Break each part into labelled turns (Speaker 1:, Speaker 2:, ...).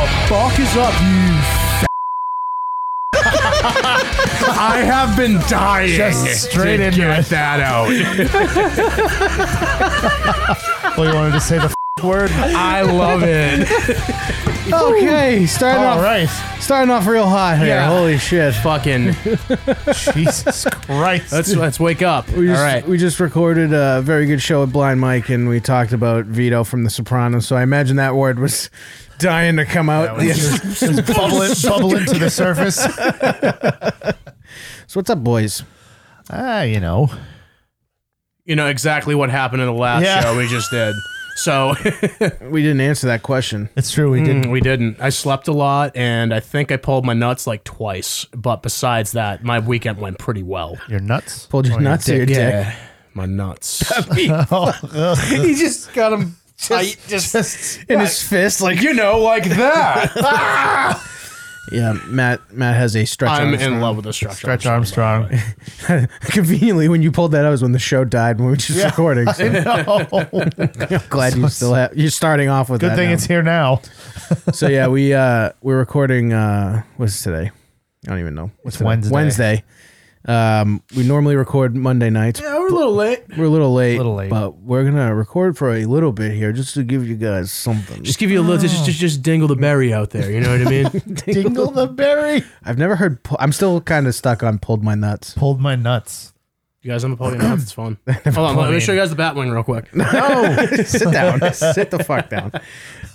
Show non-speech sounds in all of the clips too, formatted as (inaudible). Speaker 1: Oh, Eyes up, you. (laughs) F- I have been dying
Speaker 2: Just straight
Speaker 1: to
Speaker 2: into
Speaker 1: get
Speaker 2: it.
Speaker 1: that out.
Speaker 2: (laughs) Well, you wanted to say the f- word.
Speaker 1: I love it.
Speaker 3: (laughs) Okay, starting
Speaker 2: All
Speaker 3: off
Speaker 2: right.
Speaker 3: starting off real hot here.
Speaker 1: Yeah.
Speaker 3: Holy shit.
Speaker 1: Fucking
Speaker 2: Jesus Christ.
Speaker 1: let's let's wake up.
Speaker 3: We just,
Speaker 1: All right.
Speaker 3: we just recorded a very good show with Blind Mike, and we talked about Vito from The Sopranos. So I imagine that word was (laughs) dying to come out. (laughs)
Speaker 2: Just- just bubble it, bubble it to the
Speaker 1: (laughs)
Speaker 2: surface.
Speaker 3: so what's up, boys?
Speaker 2: Ah, you know.
Speaker 1: You know exactly what happened in the last
Speaker 2: Yeah.
Speaker 1: show we just did. So (laughs)
Speaker 3: We didn't answer that question.
Speaker 2: It's true. We didn't.
Speaker 1: we didn't. I slept a lot, and I think I pulled my nuts like twice. But besides that, my weekend went pretty well.
Speaker 2: Your
Speaker 1: (laughs)
Speaker 2: nuts.
Speaker 3: Pulled
Speaker 1: Oh,
Speaker 3: your
Speaker 2: Or
Speaker 3: nuts or your dick?
Speaker 1: my (laughs) nuts. (laughs)
Speaker 3: He just got him tight, just, in his
Speaker 1: (laughs)
Speaker 3: fist, like
Speaker 1: you know, like that.
Speaker 3: yeah. Matt Matt has a stretch.
Speaker 1: I'm
Speaker 3: Armstrong.
Speaker 1: in love with the structure. (laughs)
Speaker 2: Stretch Armstrong.
Speaker 3: (laughs) Conveniently, when you pulled that out was when the show died when we were just recording.
Speaker 1: (laughs)
Speaker 3: So I'm glad you still have. You're starting off with
Speaker 2: Oh, Good
Speaker 3: that
Speaker 2: thing
Speaker 3: now.
Speaker 2: it's here now.
Speaker 3: so yeah, we uh we're recording uh what's today? I don't even know. What's
Speaker 2: It's
Speaker 3: today?
Speaker 2: Wednesday.
Speaker 3: Wednesday. Um we normally record Monday nights.
Speaker 1: Yeah, we're a little late.
Speaker 3: We're a little late,
Speaker 2: Little late.
Speaker 3: but we're gonna record for a little bit here just to give you guys something.
Speaker 1: Just give you a little. Just, just, just dingle the berry out there. You know what I (laughs) mean?
Speaker 2: Dingle the berry.
Speaker 3: I've never heard. Pu- I'm still kind of stuck on pulled my
Speaker 2: (laughs)
Speaker 3: nuts.
Speaker 2: Pulled my nuts.
Speaker 1: you guys on the podium? Nuts, it's (laughs) fun. Hold on, let me show you guys the Batwing real (laughs) quick.
Speaker 3: No, (laughs) sit down, sit the fuck down.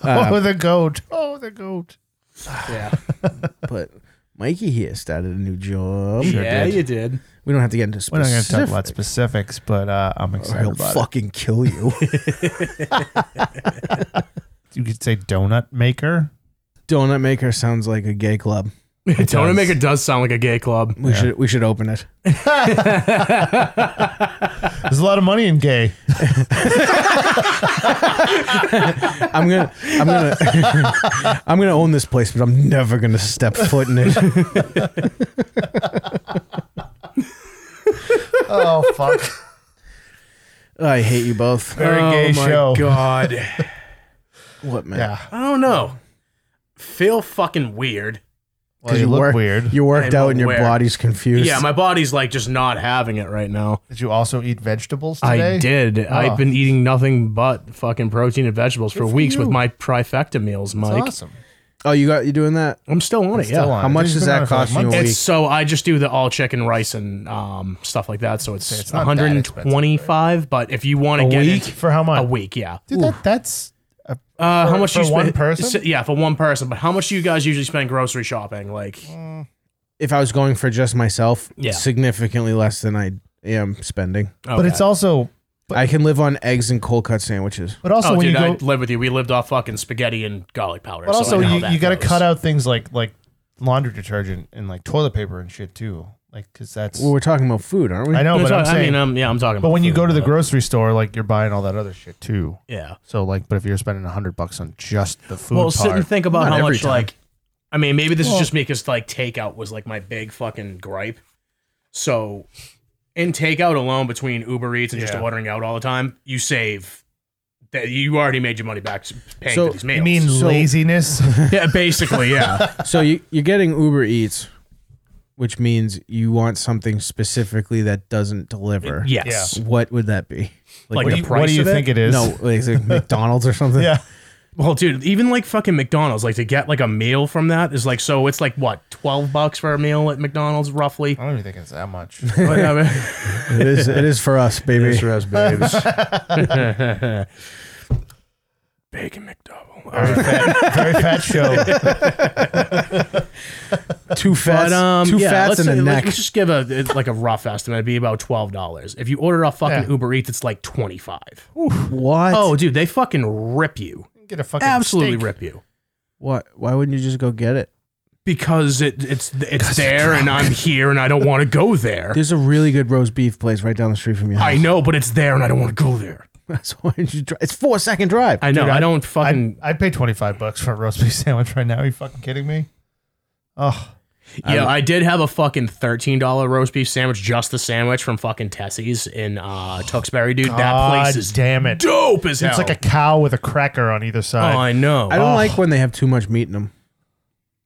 Speaker 1: Ah.
Speaker 2: oh, the goat. Oh, the goat.
Speaker 1: (laughs) Yeah,
Speaker 3: But Mikey here started a new job.
Speaker 1: yeah, you (laughs) did.
Speaker 3: We don't have to get into
Speaker 2: We're not going to
Speaker 3: specifics.
Speaker 2: talk about specifics, but uh,
Speaker 1: Oh,
Speaker 2: I'm
Speaker 3: or
Speaker 2: excited
Speaker 3: he'll
Speaker 2: about
Speaker 3: fucking kill
Speaker 2: (laughs)
Speaker 3: you.
Speaker 2: it. You could say donut maker.
Speaker 3: Donut maker sounds like a gay club.
Speaker 1: Donut Maker does sound like a gay club.
Speaker 3: We should we should open it.
Speaker 2: There's a lot of money
Speaker 1: (laughs)
Speaker 2: in gay.
Speaker 3: I'm gonna, I'm gonna, I'm gonna (laughs) own this place, but I'm never gonna step foot in it. (laughs)
Speaker 2: oh, fuck.
Speaker 3: I hate you both.
Speaker 2: Uh, Very gay
Speaker 1: oh my
Speaker 2: show.
Speaker 1: (laughs) God,
Speaker 3: What man?
Speaker 2: Yeah.
Speaker 1: I don't know. Feel fucking weird.
Speaker 2: Well, you
Speaker 3: you
Speaker 2: look
Speaker 3: work-
Speaker 2: weird.
Speaker 3: You're worked
Speaker 1: I'm
Speaker 3: out and your
Speaker 1: aware.
Speaker 3: body's confused.
Speaker 1: Yeah, my body's like just not having it right now.
Speaker 2: Did you also eat vegetables today? Oh.
Speaker 1: I did. I've been eating nothing but fucking protein and vegetables for weeks
Speaker 2: you.
Speaker 1: with my trifecta meals,
Speaker 2: That's
Speaker 1: Mike.
Speaker 2: awesome.
Speaker 3: oh, you got you doing that?
Speaker 1: I'm still on it. yeah.
Speaker 2: Still on
Speaker 3: How
Speaker 2: it.
Speaker 3: much
Speaker 2: It's
Speaker 3: does
Speaker 2: been
Speaker 3: that
Speaker 2: on it for
Speaker 3: cost
Speaker 2: a month.
Speaker 3: you a
Speaker 2: It's-
Speaker 1: It's so I just do the all chicken rice and um, stuff like that. So it's,
Speaker 2: It's not that
Speaker 1: 125. But if you want to get
Speaker 2: week?
Speaker 1: it-
Speaker 2: For how much?
Speaker 1: A week, yeah.
Speaker 2: Dude, that, that's a,
Speaker 1: Uh, how
Speaker 2: For-
Speaker 1: much
Speaker 2: for
Speaker 1: you spend?
Speaker 2: one person?
Speaker 1: s- Yeah, for one person. But how much do you guys usually spend grocery shopping? Like,
Speaker 3: If I was going for just myself,
Speaker 1: Yeah.
Speaker 3: significantly less than I am spending.
Speaker 2: but it's also But-
Speaker 3: I can live on eggs and cold cut sandwiches.
Speaker 2: but also
Speaker 1: Oh,
Speaker 2: when
Speaker 1: dude,
Speaker 2: you go
Speaker 1: I live with you. We lived off fucking spaghetti and garlic powder.
Speaker 2: but
Speaker 1: so
Speaker 2: also
Speaker 1: I know how
Speaker 2: you,
Speaker 1: that
Speaker 2: you got to
Speaker 1: goes.
Speaker 2: cut out things like like laundry detergent and like toilet paper and shit too. Like cuz that's
Speaker 3: Well, we're talking about food, aren't we?
Speaker 2: I know,
Speaker 1: No,
Speaker 2: but
Speaker 1: so-
Speaker 2: I'm saying
Speaker 1: I mean, um, yeah, I'm talking.
Speaker 2: but
Speaker 1: about
Speaker 2: when you
Speaker 1: food,
Speaker 2: go to the
Speaker 1: but-
Speaker 2: grocery store like you're buying all that other shit too.
Speaker 1: yeah.
Speaker 2: So like but if you're spending 100 bucks on just the food
Speaker 1: Well,
Speaker 2: part.
Speaker 1: sit and think about
Speaker 3: Not
Speaker 1: how
Speaker 3: every
Speaker 1: much
Speaker 3: time.
Speaker 1: like. I mean, maybe this
Speaker 2: Well-
Speaker 1: is just me because like takeout was like my big fucking gripe. So, in takeout alone, between Uber Eats and just
Speaker 2: Yeah.
Speaker 1: ordering out all the time, you save. That you already made your money back paying
Speaker 3: So,
Speaker 1: for these meals.
Speaker 2: you mean
Speaker 3: So-
Speaker 2: laziness?
Speaker 1: (laughs) yeah, basically,
Speaker 3: (laughs)
Speaker 1: yeah.
Speaker 3: so you, you're getting Uber Eats, which means you want something specifically that doesn't deliver.
Speaker 1: yes.
Speaker 3: What would that be?
Speaker 1: Like,
Speaker 3: what-
Speaker 1: the
Speaker 2: you-
Speaker 1: price
Speaker 2: what do you
Speaker 1: of it?
Speaker 2: think it is?
Speaker 3: No, like,
Speaker 1: (laughs)
Speaker 3: like McDonald's or something.
Speaker 2: (laughs) Yeah.
Speaker 1: Well, dude, even like fucking McDonald's, like to get like a meal from that is like so. It's like what twelve bucks for a meal at McDonald's,
Speaker 2: (laughs)
Speaker 1: roughly.
Speaker 2: I don't even think it's
Speaker 1: (laughs)
Speaker 2: that much.
Speaker 1: But, I mean-
Speaker 3: It is. It is for us, baby.
Speaker 1: babes. (laughs) Bacon McDouble.
Speaker 2: Very fat, very fat
Speaker 1: (laughs)
Speaker 2: show.
Speaker 3: Two fats.
Speaker 1: But um,
Speaker 3: two
Speaker 1: yeah,
Speaker 3: fats
Speaker 1: let's
Speaker 3: and
Speaker 1: say-
Speaker 3: a
Speaker 1: Let's, (laughs)
Speaker 3: neck.
Speaker 1: let's just give a it's like a rough estimate. It'd be about twelve dollars. If you order off fucking
Speaker 2: Yeah.
Speaker 1: Uber Eats, it's like twenty five.
Speaker 3: what?
Speaker 1: Oh, dude, they fucking rip you.
Speaker 2: Get a fucking
Speaker 1: Absolutely
Speaker 2: steak.
Speaker 1: rip you
Speaker 3: what? Why wouldn't you just go get it?
Speaker 1: because it it's it's there and I'm here and I don't want to go there.
Speaker 3: There's a really good roast beef place right down the street from you.
Speaker 1: I know, but it's there and I don't want to go there.
Speaker 3: (laughs) That's why you drive. It's four second drive.
Speaker 1: I know.
Speaker 2: Dude,
Speaker 1: I,
Speaker 2: I-
Speaker 1: don't
Speaker 2: I'd,
Speaker 1: fucking.
Speaker 2: I'd pay 25 bucks for a roast beef (laughs) sandwich right now. Are you fucking kidding me? Oh,
Speaker 1: yeah, I, did have a fucking thirteen dollar roast beef sandwich, just the sandwich from fucking Tessie's in uh, Tewksbury, dude. that place is
Speaker 2: damn it.
Speaker 1: dope as hell.
Speaker 2: It's like a cow with a cracker on either
Speaker 1: Oh,
Speaker 2: side.
Speaker 1: I know.
Speaker 3: I don't like when they have too much meat in them.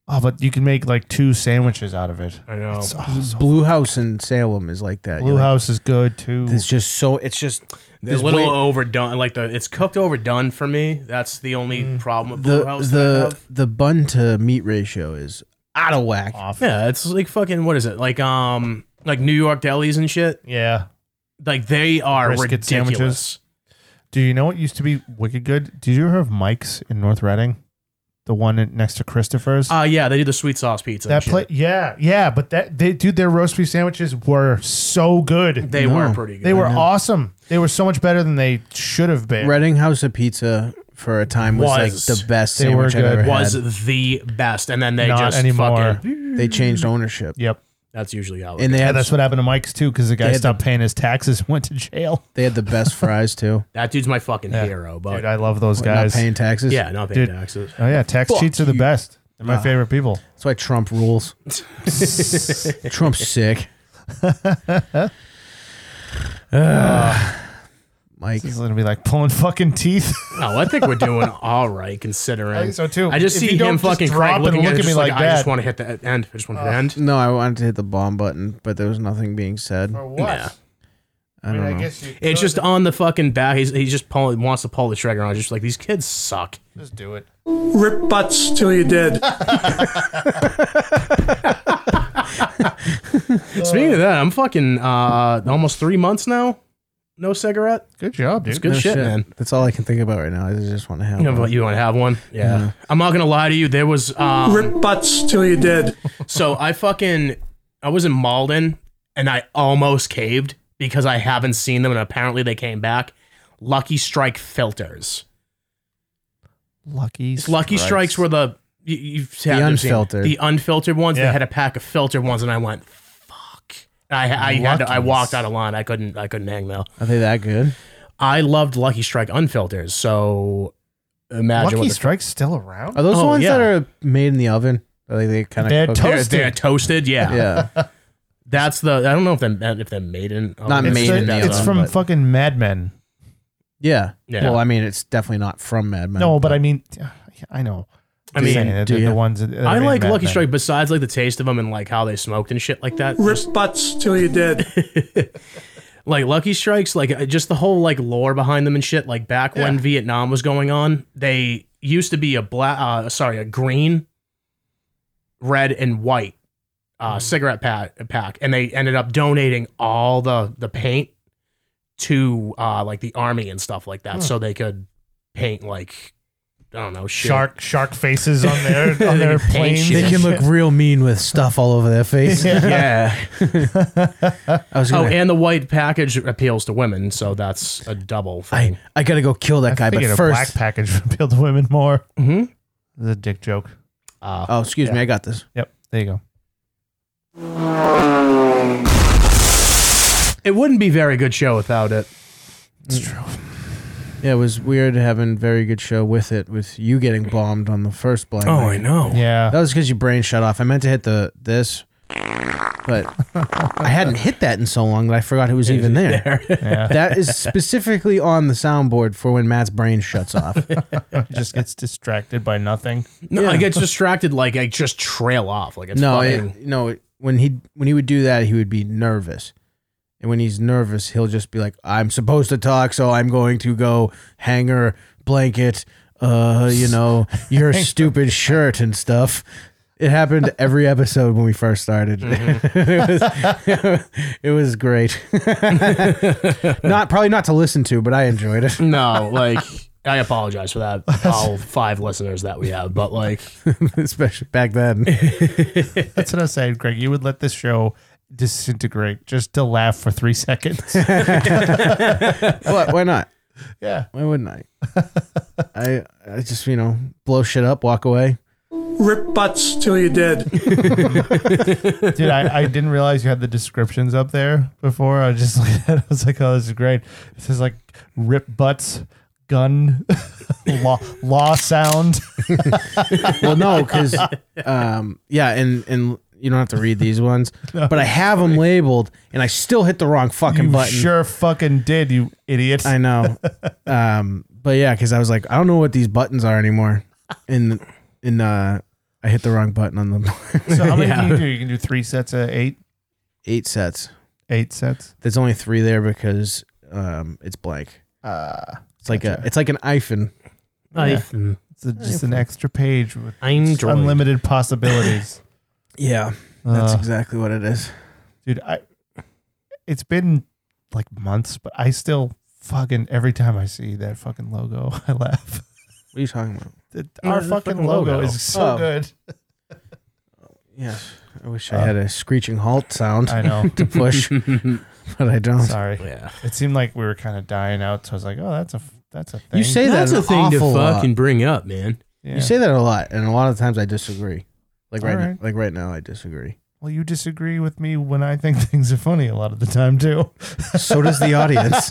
Speaker 2: Oh, but you can make like two sandwiches out of it.
Speaker 1: I know.
Speaker 2: It's- oh, so-
Speaker 3: Blue House in Salem is like that. You're
Speaker 2: Blue
Speaker 3: like,
Speaker 2: House is good too.
Speaker 3: It's just so. It's just
Speaker 1: It's
Speaker 3: there's
Speaker 1: a little uh,
Speaker 3: way-
Speaker 1: overdone. Like the it's cooked overdone for me. That's the only
Speaker 2: Mm.
Speaker 1: problem with Blue
Speaker 3: the
Speaker 1: House. that I
Speaker 3: the
Speaker 1: have.
Speaker 3: the bun to meat ratio is out of whack.
Speaker 2: Off.
Speaker 1: yeah, it's like fucking what is it? Like um like New York delis and shit.
Speaker 2: Yeah.
Speaker 1: Like they are
Speaker 2: Brisket
Speaker 1: ridiculous.
Speaker 2: sandwiches. Do you know what used to be wicked good? Did you ever have Mike's in North Reading? The one in- next to Christopher's?
Speaker 1: Uh yeah, they do the sweet sauce pizza.
Speaker 2: that plate, yeah, yeah, but that they dude, their roast beef sandwiches were so good.
Speaker 1: they
Speaker 3: No.
Speaker 1: were pretty good.
Speaker 2: They were awesome. They were so much better than they should have been.
Speaker 3: Reading House of Pizza for a time was,
Speaker 1: Was.
Speaker 3: like the best
Speaker 2: They
Speaker 3: sandwich
Speaker 2: were
Speaker 3: I've
Speaker 2: good.
Speaker 3: ever
Speaker 1: was
Speaker 3: had.
Speaker 1: the best, and then they
Speaker 2: Not
Speaker 1: just
Speaker 2: anymore.
Speaker 1: fucking.
Speaker 3: They changed ownership,
Speaker 2: Yep.
Speaker 1: That's usually how. It
Speaker 3: and they
Speaker 2: Yeah,
Speaker 3: had
Speaker 2: that's what happened to Mike's too, because the guy
Speaker 3: had the-
Speaker 2: stopped paying his taxes and went to jail.
Speaker 3: they had the best fries too.
Speaker 1: that dude's my fucking hero, but
Speaker 2: Dude, I love those
Speaker 3: Not
Speaker 2: guys.
Speaker 3: paying taxes.
Speaker 1: yeah, not paying
Speaker 2: Dude.
Speaker 1: taxes.
Speaker 2: Oh yeah, tax
Speaker 3: Fuck
Speaker 2: cheats are the
Speaker 3: you.
Speaker 2: best. They're my
Speaker 3: Ah.
Speaker 2: favorite (laughs) people.
Speaker 3: that's why Trump rules. Trump's sick. Ugh. Mike,
Speaker 2: He's gonna be like pulling fucking teeth.
Speaker 1: No, I think we're
Speaker 2: (laughs)
Speaker 1: doing all right considering.
Speaker 2: I think (laughs) so, too.
Speaker 1: I just
Speaker 2: If
Speaker 1: see
Speaker 2: you don't
Speaker 1: him
Speaker 2: just
Speaker 1: fucking
Speaker 2: drop
Speaker 1: Craig
Speaker 2: and
Speaker 1: looking
Speaker 2: look
Speaker 1: at
Speaker 2: at
Speaker 1: me
Speaker 2: me
Speaker 1: like,
Speaker 2: like
Speaker 1: I just
Speaker 2: that.
Speaker 1: want to hit the e-, end. I just want to hit the end.
Speaker 3: no, I wanted to hit the bomb button, but there was nothing being said.
Speaker 2: what?
Speaker 1: Yeah. Mm-hmm.
Speaker 3: I don't know.
Speaker 2: guess you.
Speaker 1: It's just on the fucking back. He's he just pulling, wants to pull the trigger on. it. Just like these kids suck.
Speaker 2: just do it.
Speaker 4: rip butts till you're dead.
Speaker 1: Speaking of that, I'm fucking uh, almost three months now. No cigarette.
Speaker 2: Good job, dude.
Speaker 1: It's good
Speaker 3: No
Speaker 1: shit, man.
Speaker 3: That's all I can think about right now. I just want to have.
Speaker 1: You, know,
Speaker 3: one.
Speaker 1: you want to have one? Yeah. I'm not gonna lie to you. There was um,
Speaker 4: Rip butts till you're dead.
Speaker 1: So I fucking I was in Malden and I almost caved because I haven't seen them and apparently they came back. Lucky Strike filters.
Speaker 2: Lucky. Strikes.
Speaker 1: Lucky Strikes were the you, you've had them seen.
Speaker 3: unfiltered.
Speaker 1: the unfiltered ones. They
Speaker 2: Yeah.
Speaker 1: had a pack of filtered ones and I went fuck. I I had to, I
Speaker 2: Lucky's.
Speaker 1: walked out of line. I couldn't I couldn't hang though.
Speaker 3: Are they that good?
Speaker 1: I loved Lucky Strike unfilters. So imagine
Speaker 2: Lucky
Speaker 1: what the,
Speaker 2: Strikes still around?
Speaker 3: Are those the
Speaker 1: Oh,
Speaker 3: ones
Speaker 1: yeah.
Speaker 3: that are made in the oven? Are they, they kind
Speaker 2: They're
Speaker 3: of
Speaker 2: toast-
Speaker 1: they're, they're toasted. Yeah.
Speaker 3: Yeah,
Speaker 1: that's the. I don't know if they if they're made in
Speaker 3: Not
Speaker 1: oh,
Speaker 2: It's,
Speaker 3: made
Speaker 2: the-
Speaker 3: in the
Speaker 2: it's
Speaker 3: oven,
Speaker 2: from
Speaker 3: but-
Speaker 2: fucking Mad Men.
Speaker 3: yeah.
Speaker 1: Yeah.
Speaker 3: Well, I mean, it's definitely not from Mad Men.
Speaker 2: No, but I mean, I know.
Speaker 1: I
Speaker 2: Just
Speaker 1: mean,
Speaker 2: saying,
Speaker 3: do
Speaker 2: the,
Speaker 3: you-
Speaker 2: the ones. That that
Speaker 1: I
Speaker 2: are in
Speaker 1: like
Speaker 2: Mad
Speaker 1: Lucky
Speaker 2: Men.
Speaker 1: Strike besides like the taste of them and like how they smoked and shit like that.
Speaker 4: Rip butts till you're dead.
Speaker 1: (laughs) Like Lucky Strikes, like uh, just the whole like lore behind them and shit. Like back when Vietnam was going on, they used to be a black, uh, sorry, a green, red, and white uh, cigarette pack, pack, and they ended up donating all the the paint to uh, like the army and stuff like that, so they could paint like I don't know shit.
Speaker 2: Shark, shark faces
Speaker 1: (laughs)
Speaker 2: on their on their
Speaker 1: They paint
Speaker 2: planes.
Speaker 1: shit.
Speaker 3: they
Speaker 2: (laughs)
Speaker 3: can look real mean with stuff all over their (laughs) face.
Speaker 1: Yeah.
Speaker 3: I was
Speaker 1: Oh,
Speaker 3: gonna.
Speaker 1: and the white package appeals to women, so that's a double thing.
Speaker 3: I, I gotta go kill that guy,
Speaker 2: I
Speaker 3: but
Speaker 2: think a black
Speaker 3: first.
Speaker 2: package would (laughs) appeal to women more.
Speaker 1: Mhm.
Speaker 2: The dick joke.
Speaker 1: Uh,
Speaker 3: Oh, excuse me, I got this.
Speaker 2: Yep. There you go.
Speaker 1: It wouldn't be very good show without it.
Speaker 2: It's true.
Speaker 3: Yeah, it was weird having very good show with it, with you getting bombed on the first blind. night.
Speaker 1: Oh, know.
Speaker 2: Yeah.
Speaker 3: That was because your brain shut off. I meant to hit the this, but I hadn't hit that in so long that I forgot it was even there.
Speaker 1: (laughs)
Speaker 3: (laughs)
Speaker 2: yeah.
Speaker 3: That is specifically on the soundboard for when Matt's brain shuts off.
Speaker 2: just gets distracted by nothing.
Speaker 1: No, I get distracted. Like I just trail off. Like it's
Speaker 3: No,
Speaker 1: fucking.
Speaker 3: (laughs) it, no. it- When he when he would do that, he would be nervous, and when he's nervous, he'll just be like, "I'm supposed to talk, so I'm going to go hanger blanket, uh, you know, your stupid shirt and stuff." It happened every episode when we first started. (laughs) it, was, it was great. (laughs) not probably not to listen to, but I enjoyed it. (laughs)
Speaker 1: no, like I apologize for that. All five listeners that we have, but
Speaker 3: (laughs)
Speaker 1: like
Speaker 3: Especially back then.
Speaker 2: That's what I was saying, Greg. You would let this show disintegrate just to laugh for three seconds.
Speaker 3: But why not?
Speaker 2: yeah.
Speaker 3: Why wouldn't
Speaker 2: (laughs)
Speaker 3: I? I I just, you know, blow shit up, walk away.
Speaker 4: Rip butts till you're dead.
Speaker 2: Dude, I, I didn't realize you had the descriptions up there before. I was just (laughs) like, I was like, oh, this is great. It says like rip butts, gun, (laughs) law, law sound.
Speaker 3: well, no, because um, yeah, and and you don't have to read these
Speaker 2: (laughs)
Speaker 3: ones, but I have them labeled, and I still hit the wrong fucking
Speaker 2: You
Speaker 3: button.
Speaker 2: sure fucking did, you idiot.
Speaker 3: (laughs) I
Speaker 2: (laughs)
Speaker 3: know, um, but yeah, because I was like, I don't know what these buttons are anymore, and and uh, I I hit the wrong button on the (laughs)
Speaker 2: So how many can
Speaker 1: Yeah.
Speaker 2: you do? You can do three sets of eight,
Speaker 3: eight sets.
Speaker 2: eight sets.
Speaker 3: There's only three there because um, it's blank.
Speaker 2: Uh,
Speaker 3: It's like a, it's like an hyphen.
Speaker 2: Yeah.
Speaker 1: Oh, Yeah. Mm,
Speaker 2: it's a- just an extra page with
Speaker 1: I'm (laughs) Unlimited.
Speaker 2: unlimited possibilities.
Speaker 3: Yeah, that's
Speaker 2: Uh,
Speaker 3: exactly what it is.
Speaker 2: dude. I, it's been like months, but I still fucking every time I see that fucking logo, (laughs) I laugh.
Speaker 3: What are you talking about?
Speaker 2: It-
Speaker 1: No,
Speaker 2: Our
Speaker 1: the
Speaker 2: fucking,
Speaker 1: fucking
Speaker 2: logo,
Speaker 1: logo.
Speaker 2: is so
Speaker 3: Oh.
Speaker 2: good.
Speaker 3: Yeah, I wish I
Speaker 2: Uh,
Speaker 3: had a screeching halt sound
Speaker 2: I know.
Speaker 3: (laughs)
Speaker 1: (laughs)
Speaker 3: to push, but I don't.
Speaker 2: Sorry,
Speaker 1: yeah.
Speaker 2: it seemed like we were kind of dying out, so I was like, oh, that's a f- that's a thing.
Speaker 3: You say
Speaker 1: That's
Speaker 3: that
Speaker 1: a
Speaker 3: an
Speaker 1: thing to
Speaker 3: awful lot.
Speaker 1: fucking bring up, man.
Speaker 2: Yeah.
Speaker 3: You say that a lot, and a lot of times I disagree. Like
Speaker 2: All
Speaker 3: right,
Speaker 2: right.
Speaker 3: Now, like right now, I disagree.
Speaker 2: Well, you disagree with me when I think (laughs) things are funny a lot of the time too.
Speaker 3: So does the audience.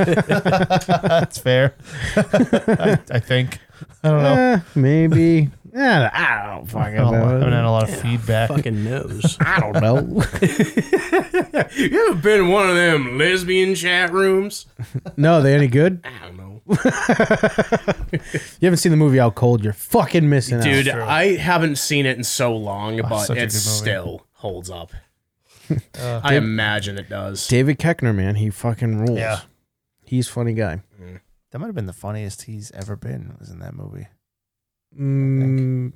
Speaker 2: (laughs) That's fair. (laughs) I, I think. I don't
Speaker 1: Oh.
Speaker 2: know.
Speaker 3: Eh, maybe. (laughs) Yeah, I don't
Speaker 2: I
Speaker 3: fucking
Speaker 2: don't know. I haven't had
Speaker 3: know.
Speaker 2: a lot of feedback.
Speaker 1: Fucking knows.
Speaker 3: (laughs) I don't know.
Speaker 1: (laughs) you ever been in one of them lesbian chat rooms?
Speaker 3: no, they any good?
Speaker 1: I don't
Speaker 3: (laughs)
Speaker 1: know.
Speaker 3: You haven't seen the movie Out Cold? You're fucking missing out.
Speaker 1: Dude, I haven't seen it in so long, but
Speaker 2: such a
Speaker 1: it
Speaker 2: good movie.
Speaker 1: still holds
Speaker 3: (laughs)
Speaker 1: up.
Speaker 3: Uh,
Speaker 1: I imagine it does.
Speaker 3: David Keckner, man, he fucking rules.
Speaker 2: Yeah.
Speaker 3: He's a funny guy.
Speaker 2: That might have been the funniest he's ever been. Was in that movie.
Speaker 3: Mm,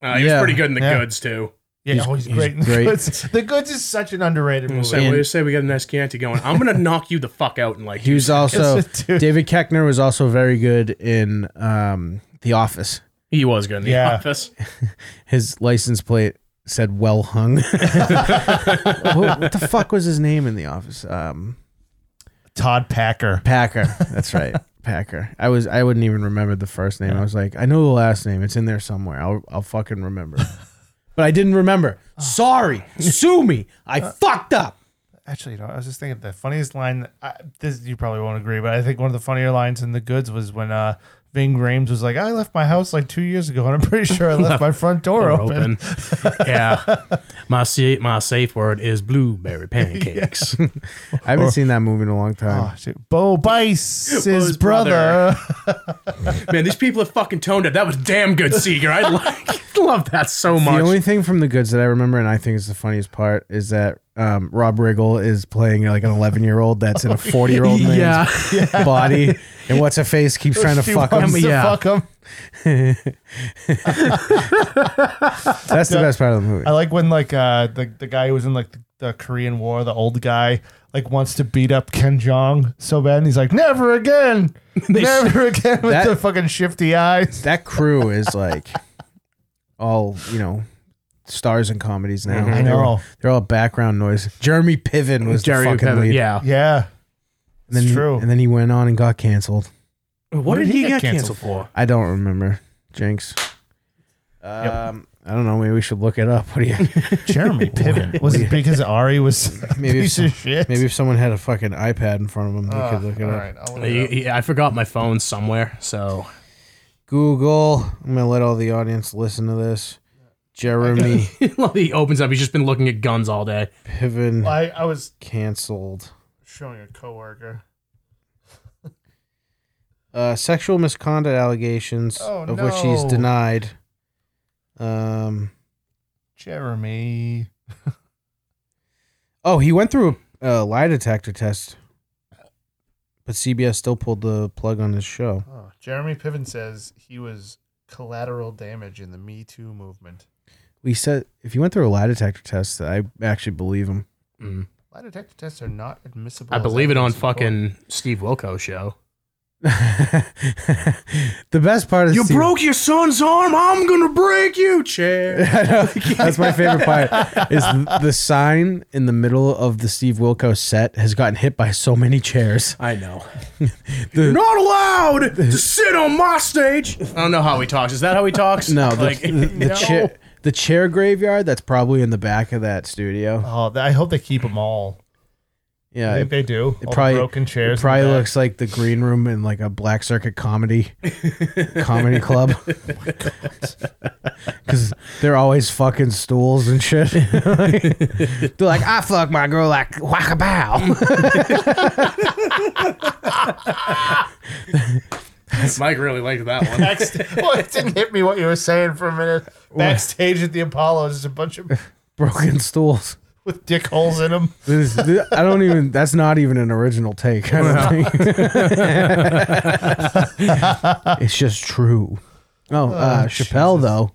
Speaker 1: Uh, he
Speaker 3: Yeah.
Speaker 1: was pretty good in the
Speaker 2: Yeah.
Speaker 1: goods too.
Speaker 2: Yeah,
Speaker 3: He's-
Speaker 2: oh, he's,
Speaker 3: he's
Speaker 2: great. (laughs) in The,
Speaker 3: great. Mm,
Speaker 2: Goods. the Goods is such an underrated movie.
Speaker 1: Say, we say we got a nice Chianti going. I'm gonna knock you the fuck out and like.
Speaker 3: he
Speaker 1: (laughs)
Speaker 3: was also
Speaker 2: (laughs) Dude.
Speaker 3: David Keckner was also very good in um, The Office.
Speaker 1: He (laughs) was good in the
Speaker 2: Yeah.
Speaker 1: office.
Speaker 3: His license plate said "Well hung." (laughs) what, what the fuck was his name in The Office? Um,
Speaker 2: Todd Packer.
Speaker 3: Packer. That's right. Packer. I was I wouldn't even remember the first name. I was like, I know the last name. It's in there somewhere. I'll I'll fucking remember. but I didn't remember. Sorry. Sue me. I fucked up.
Speaker 2: Actually, you know, I was just thinking the funniest line. that- I, this you probably won't agree, but I think one of the funnier lines in the Goods was when uh, Ving Rhames was like, "I left my house like two years ago, and I'm pretty sure I left
Speaker 3: (laughs)
Speaker 2: my front door
Speaker 1: We're
Speaker 2: open."
Speaker 1: yeah. My sa- my safe word is blueberry pancakes. (laughs)
Speaker 3: I haven't seen that movie in a long time.
Speaker 2: Oh, shit.
Speaker 3: (laughs)
Speaker 2: Bo Bice's
Speaker 1: Bo's
Speaker 2: brother.
Speaker 1: brother. Man, these people are fucking toned up. That was damn good, Seeger. I like, (laughs) love that so
Speaker 3: the
Speaker 1: much.
Speaker 3: only thing from the goods that I remember and I think is the funniest part is that um, Rob Riggle is playing like an 11 year old that's
Speaker 2: (laughs)
Speaker 3: in a 40 year old man's
Speaker 1: yeah.
Speaker 3: (laughs) body, and what's her face keeps trying to
Speaker 2: (laughs) She
Speaker 3: fuck
Speaker 2: wants
Speaker 3: him.
Speaker 2: to
Speaker 1: Yeah.
Speaker 2: fuck him.
Speaker 3: That's the best part of the movie.
Speaker 2: (laughs) I like when like uh, the the guy who was in like the, the Korean War, the old guy, like wants to beat up Ken Jong so bad, and he's like, "Never (laughs) again, never again," with
Speaker 3: That-
Speaker 2: the fucking shifty eyes.
Speaker 3: that crew is like all you know stars in comedies now.
Speaker 2: Mm-hmm. I
Speaker 3: They're,
Speaker 2: know.
Speaker 3: they're all background noise. Jeremy Piven was
Speaker 1: Jerry
Speaker 3: the fucking
Speaker 1: Piven,
Speaker 3: lead.
Speaker 1: Yeah.
Speaker 2: Yeah,
Speaker 3: and then
Speaker 2: it's
Speaker 3: he-
Speaker 2: true.
Speaker 3: And then he went on and got canceled.
Speaker 1: What
Speaker 2: did
Speaker 1: did
Speaker 2: he
Speaker 1: he
Speaker 2: get
Speaker 1: get
Speaker 2: canceled
Speaker 1: canceled for?
Speaker 3: I don't remember. Jinx. Um, I don't know. Maybe we should look it up. What do you?
Speaker 2: (laughs) Jeremy Piven was it because Ari was (laughs) a
Speaker 3: (laughs) Maybe
Speaker 2: piece
Speaker 3: it's-
Speaker 2: of shit?
Speaker 3: Maybe if someone had a fucking iPad in front of them, they
Speaker 2: Uh,
Speaker 3: could look it
Speaker 2: all
Speaker 3: up.
Speaker 2: right, I'll look
Speaker 1: Yeah,
Speaker 2: it up.
Speaker 1: yeah, I forgot my phone somewhere, so (laughs)
Speaker 3: Google. I'm gonna let all the audience listen to this.
Speaker 2: (laughs)
Speaker 3: Jeremy
Speaker 1: he opens up. He's just been looking at guns all day.
Speaker 3: Piven
Speaker 2: I, I was
Speaker 3: canceled.
Speaker 2: showing a coworker.
Speaker 3: uh, sexual misconduct allegations
Speaker 2: Oh,
Speaker 3: of which he's
Speaker 2: no.
Speaker 3: denied. Um,
Speaker 2: Jeremy.
Speaker 3: oh, he went through a, a lie detector test, but CBS still pulled the plug on his show.
Speaker 2: Oh, Jeremy Piven says he was collateral damage in the Me Too movement.
Speaker 3: We said if he went through a lie detector test, I actually believe him. (laughs)
Speaker 1: Mm.
Speaker 2: Lie detector tests are not admissible.
Speaker 1: I
Speaker 2: as
Speaker 1: believe it on
Speaker 2: evidence in court.
Speaker 1: fucking Steve Wilco show.
Speaker 3: the best part is Steve-
Speaker 1: your son's arm. I'm gonna break you, chair.
Speaker 3: I know. (laughs) That's my favorite part. Is the sign in the middle of the Steve Wilco set has gotten hit by so many chairs.
Speaker 1: (laughs)
Speaker 2: (laughs)
Speaker 1: I know. You're not allowed to sit on my stage. (laughs) I don't know how he talks. Is that how he talks?
Speaker 3: No, the,
Speaker 1: (laughs) Like,
Speaker 3: the, the
Speaker 1: no.
Speaker 3: chair the chair graveyard that's probably in the back of that studio.
Speaker 2: Oh, th- I hope they keep them all.
Speaker 3: Yeah.
Speaker 2: I think
Speaker 3: It,
Speaker 2: they do. All the
Speaker 3: probably-
Speaker 2: broken chairs.
Speaker 3: it probably
Speaker 2: in the back.
Speaker 3: looks like the green room in like a black circuit
Speaker 2: (laughs)
Speaker 3: comedy comedy club.
Speaker 2: Oh
Speaker 3: Cuz they're always fucking stools and shit. (laughs) they're like, "I fuck my girl like whack a bow."
Speaker 1: Mike really liked that one.
Speaker 2: Backst- (laughs) well, it didn't hit me what you were saying for a (laughs) minute. Backstage at the Apollo, there's a bunch of
Speaker 3: (laughs)
Speaker 2: (laughs)
Speaker 3: Broken stools.
Speaker 2: with dick holes in them.
Speaker 3: This, this- I don't even. That's not even an original take. I don't think. it's just true. Oh, uh, Chappelle though,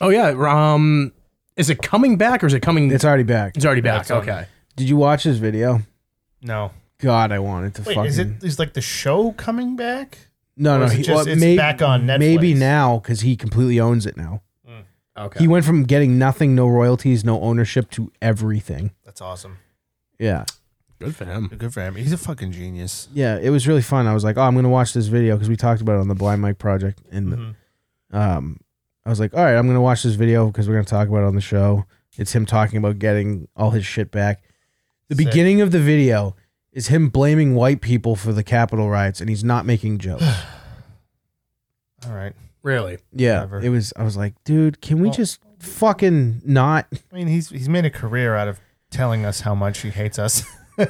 Speaker 1: Oh yeah. Um, is it coming back or is it coming?
Speaker 3: it's already back.
Speaker 1: it's already back.
Speaker 2: it's on.
Speaker 1: okay.
Speaker 3: Did you watch his video?
Speaker 2: No,
Speaker 3: God, I wanted to
Speaker 2: wait,
Speaker 3: fucking.
Speaker 2: is it is like the show coming back?
Speaker 3: no, no.
Speaker 2: is it
Speaker 3: he-
Speaker 2: just- it's
Speaker 3: may-
Speaker 2: back on
Speaker 3: Maybe
Speaker 2: Netflix?
Speaker 3: now because he completely owns it now.
Speaker 1: Okay.
Speaker 3: He went from getting nothing, no royalties, no ownership to everything.
Speaker 2: That's awesome.
Speaker 3: Yeah,
Speaker 1: Good for him.
Speaker 2: Good for him. He's a fucking genius.
Speaker 3: yeah. It was really fun. I was like, oh, I'm gonna watch this video because we talked about it on the Blind Mike Project, and
Speaker 2: Mhm.
Speaker 3: um, I was like, all right, I'm gonna watch this video because we're gonna talk about it on the show. It's him talking about getting all his shit back. The
Speaker 2: Sick.
Speaker 3: beginning of the video is him blaming white people for the Capitol riots, and he's not making jokes.
Speaker 2: (sighs) All right.
Speaker 1: Really.
Speaker 3: yeah,
Speaker 2: Whatever.
Speaker 3: it was. I was like, dude, can we
Speaker 2: Well-
Speaker 3: just fucking not? (laughs)
Speaker 2: I mean, he's he's made a career out of telling us how much he hates us. (laughs)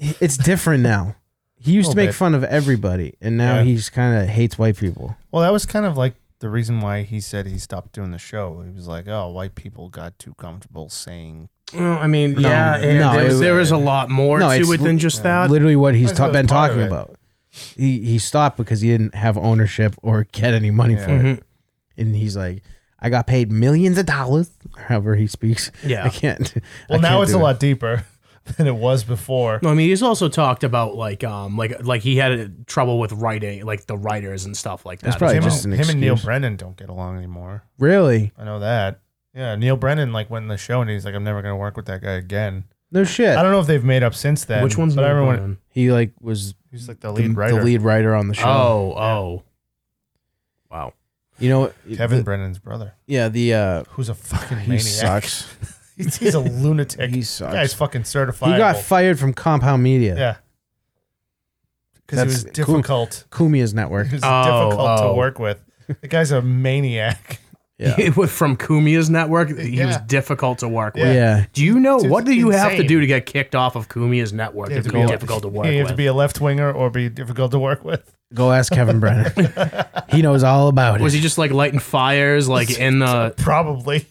Speaker 3: It's different now. He used to
Speaker 2: Little
Speaker 3: make
Speaker 2: bit.
Speaker 3: fun of everybody, and now
Speaker 2: Yeah.
Speaker 3: he's kind of hates white people.
Speaker 2: Well, that was kind of like the reason why he said he stopped doing the show. He was like, "Oh, white people got too comfortable saying."
Speaker 1: Well, I mean, yeah. and
Speaker 3: no,
Speaker 1: there, was,
Speaker 3: it-
Speaker 1: there was a lot more
Speaker 3: No,
Speaker 1: to
Speaker 3: it's
Speaker 1: it than just that.
Speaker 3: Literally, what he's
Speaker 2: That's
Speaker 3: ta-
Speaker 2: what
Speaker 3: been
Speaker 2: part of
Speaker 3: talking
Speaker 2: it.
Speaker 3: about. He he stopped because he didn't have ownership or get any money for it.
Speaker 1: Mhm.
Speaker 3: and he's like, I got paid millions of dollars. However, he speaks.
Speaker 1: Yeah.
Speaker 3: I can't.
Speaker 2: Well,
Speaker 3: I
Speaker 2: now
Speaker 3: can't
Speaker 2: it's
Speaker 3: do
Speaker 2: a
Speaker 3: it.
Speaker 2: lot deeper (laughs) than it was before.
Speaker 1: No, I mean he's also talked about like um like like he had trouble with writing like the writers and stuff like that.
Speaker 3: That's probably
Speaker 2: Him,
Speaker 3: just an
Speaker 2: him and Neil
Speaker 3: excuse.
Speaker 2: Brennan don't get along anymore.
Speaker 3: Really?
Speaker 2: I know that. Yeah, Neil Brennan like went in the show and he's like, "I'm never gonna work with that guy again."
Speaker 3: No shit.
Speaker 2: I don't know if they've made up since then.
Speaker 1: which one's
Speaker 2: But
Speaker 1: Neil
Speaker 2: everyone,
Speaker 1: Brennan?
Speaker 3: He like was
Speaker 2: he's like the
Speaker 3: the
Speaker 2: lead
Speaker 3: the
Speaker 2: writer.
Speaker 3: lead writer on the show.
Speaker 1: Oh, oh. (laughs) Wow.
Speaker 3: You know,
Speaker 2: Kevin
Speaker 3: the-
Speaker 2: Brennan's brother,
Speaker 3: yeah, the uh,
Speaker 2: who's a fucking
Speaker 3: he
Speaker 2: maniac.
Speaker 3: sucks.
Speaker 2: (laughs) he's, he's a lunatic.
Speaker 3: He
Speaker 2: That guy's
Speaker 3: sucks.
Speaker 2: fucking certified.
Speaker 3: He got fired from Compound Media.
Speaker 2: yeah, because it
Speaker 3: That's
Speaker 2: was
Speaker 3: cool.
Speaker 2: difficult.
Speaker 3: Kumia's
Speaker 2: (laughs)
Speaker 3: network.
Speaker 2: It was
Speaker 1: Oh,
Speaker 2: difficult
Speaker 1: oh.
Speaker 2: to work with. The guy's a maniac.
Speaker 3: Yeah.
Speaker 1: It was from Kumia's network. He was
Speaker 2: Yeah.
Speaker 1: difficult to work with.
Speaker 2: Yeah.
Speaker 3: yeah.
Speaker 1: Do you know
Speaker 2: Dude's
Speaker 1: what do you have to
Speaker 2: insane.
Speaker 1: do to get kicked off of Kumia's network? It would be difficult to work
Speaker 2: You have
Speaker 1: with.
Speaker 2: to be a left winger or be difficult to work with.
Speaker 3: Go ask Kevin
Speaker 2: (laughs)
Speaker 3: Brennan. he knows all about it.
Speaker 1: was he just like lighting fires like in the
Speaker 2: Probably.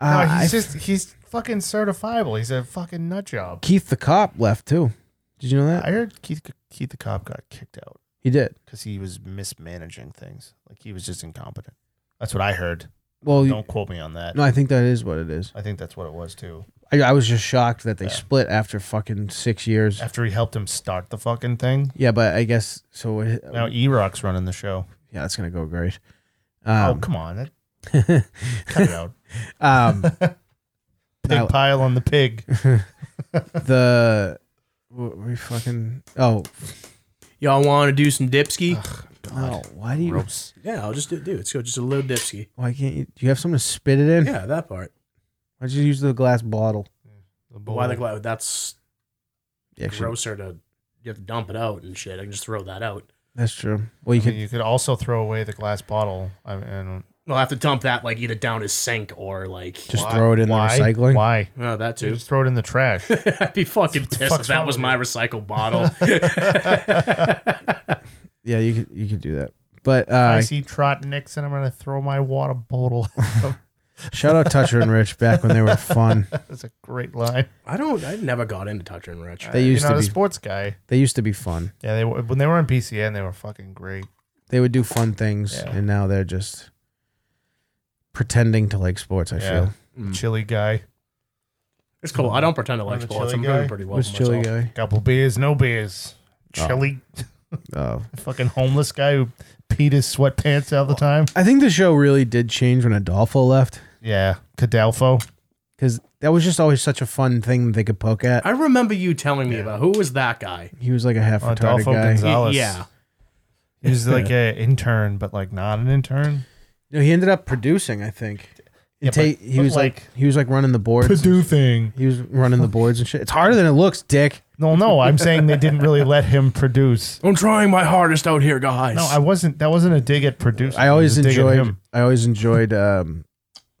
Speaker 3: Uh,
Speaker 2: no,
Speaker 3: I-
Speaker 2: he's just he's fucking certifiable. He's a fucking nut job.
Speaker 3: Keith the cop left too. Did you know that?
Speaker 2: I heard Keith Keith the cop got kicked out
Speaker 3: he did.
Speaker 2: because he was mismanaging things. Like he was just incompetent. That's what I heard.
Speaker 3: Well,
Speaker 2: Don't quote me on that.
Speaker 3: Oh, no, I think that is what it is.
Speaker 2: I think that's what it was too.
Speaker 3: I, I was just shocked that they split after fucking six years.
Speaker 2: After he helped him start the fucking thing,
Speaker 3: Yeah, but I guess so. it-
Speaker 2: now E Rock's running the show.
Speaker 3: yeah, that's gonna go great.
Speaker 2: oh
Speaker 3: Um, (laughs)
Speaker 2: come on, that, cut it out. (laughs)
Speaker 3: um,
Speaker 2: Pig
Speaker 3: Now-
Speaker 2: pile on the pig.
Speaker 3: the what were we fucking. Oh
Speaker 1: y'all want to do some dipski?
Speaker 3: no! Why do you?
Speaker 2: Gross.
Speaker 1: yeah, I'll just do, do it. Let's go just a little dipski.
Speaker 3: Why can't you? Do you have something to spit it in?
Speaker 1: Yeah, that part.
Speaker 3: Why'd you use the glass bottle?
Speaker 1: Why the gla- that's
Speaker 3: Yeah, actually,
Speaker 1: grosser to you have to dump it out and shit. I can just throw that out.
Speaker 3: that's true. Well, you
Speaker 2: I mean,
Speaker 3: could.
Speaker 2: you could also throw away the glass bottle. I mean, I don't-
Speaker 1: I'll have to dump that like either down his sink or like
Speaker 3: Just throw it in the
Speaker 2: Why?
Speaker 3: recycling?
Speaker 2: Why?
Speaker 1: oh, that too.
Speaker 2: Just throw it in the trash.
Speaker 1: (laughs) I'd be fucking pissed
Speaker 2: fuck's
Speaker 1: if that
Speaker 2: wrong
Speaker 1: was
Speaker 2: with
Speaker 1: my
Speaker 2: you?
Speaker 1: recycle
Speaker 2: (laughs)
Speaker 1: bottle. (laughs)
Speaker 3: Yeah, you could. You could do that. But
Speaker 2: I
Speaker 3: uh,
Speaker 2: see Trot Nixon. I'm gonna throw my water bottle. (laughs)
Speaker 3: shout out Toucher and Rich back when they were
Speaker 2: (laughs)
Speaker 3: fun.
Speaker 2: That's a great line.
Speaker 1: I don't. I never got into Toucher and Rich.
Speaker 3: They used
Speaker 2: You're not
Speaker 3: to
Speaker 2: a
Speaker 3: be.
Speaker 2: sports guy.
Speaker 3: They used to be fun.
Speaker 2: Yeah, they were, when they were on PCN, they were fucking great.
Speaker 3: They would do fun things,
Speaker 2: Yeah.
Speaker 3: and now they're just pretending to like sports. I
Speaker 2: Yeah.
Speaker 3: feel.
Speaker 2: Chili
Speaker 1: Mm.
Speaker 2: guy,
Speaker 1: It's cool. I don't pretend to like
Speaker 2: I'm a
Speaker 1: sports.
Speaker 2: chili
Speaker 1: I'm doing
Speaker 2: guy.
Speaker 1: pretty well.
Speaker 3: What's
Speaker 1: for
Speaker 3: chili
Speaker 1: myself.
Speaker 3: guy?
Speaker 2: couple beers, no beers.
Speaker 3: Oh.
Speaker 2: Chili,
Speaker 3: Oh,
Speaker 2: (laughs) fucking homeless guy who peed his sweatpants all the time.
Speaker 3: I think the show really did change when Adolfo left
Speaker 2: Yeah, Cadalfo.
Speaker 3: because that was just always such a fun thing that they could poke at.
Speaker 1: I remember you telling me about who was that guy.
Speaker 3: He was like a half retarded
Speaker 2: Adolfo
Speaker 3: guy.
Speaker 2: Gonzalez. Dallas.
Speaker 1: Yeah,
Speaker 3: (laughs)
Speaker 2: He was like a intern, but like not an intern.
Speaker 3: No, he ended up producing, I think.
Speaker 2: Yeah,
Speaker 3: Ta-
Speaker 2: but-
Speaker 3: he
Speaker 2: but
Speaker 3: was like,
Speaker 2: like-
Speaker 3: he was like running the boards.
Speaker 2: Producing.
Speaker 3: He was running the boards and shit. It's harder than it looks, Dick.
Speaker 2: No, no, I'm saying they didn't really let him produce.
Speaker 1: I'm trying my hardest out here, guys.
Speaker 2: No, I wasn't. That wasn't a dig at producing.
Speaker 3: I
Speaker 2: It was
Speaker 3: always
Speaker 2: a dig at
Speaker 3: enjoyed.
Speaker 2: him.
Speaker 3: I always enjoyed um,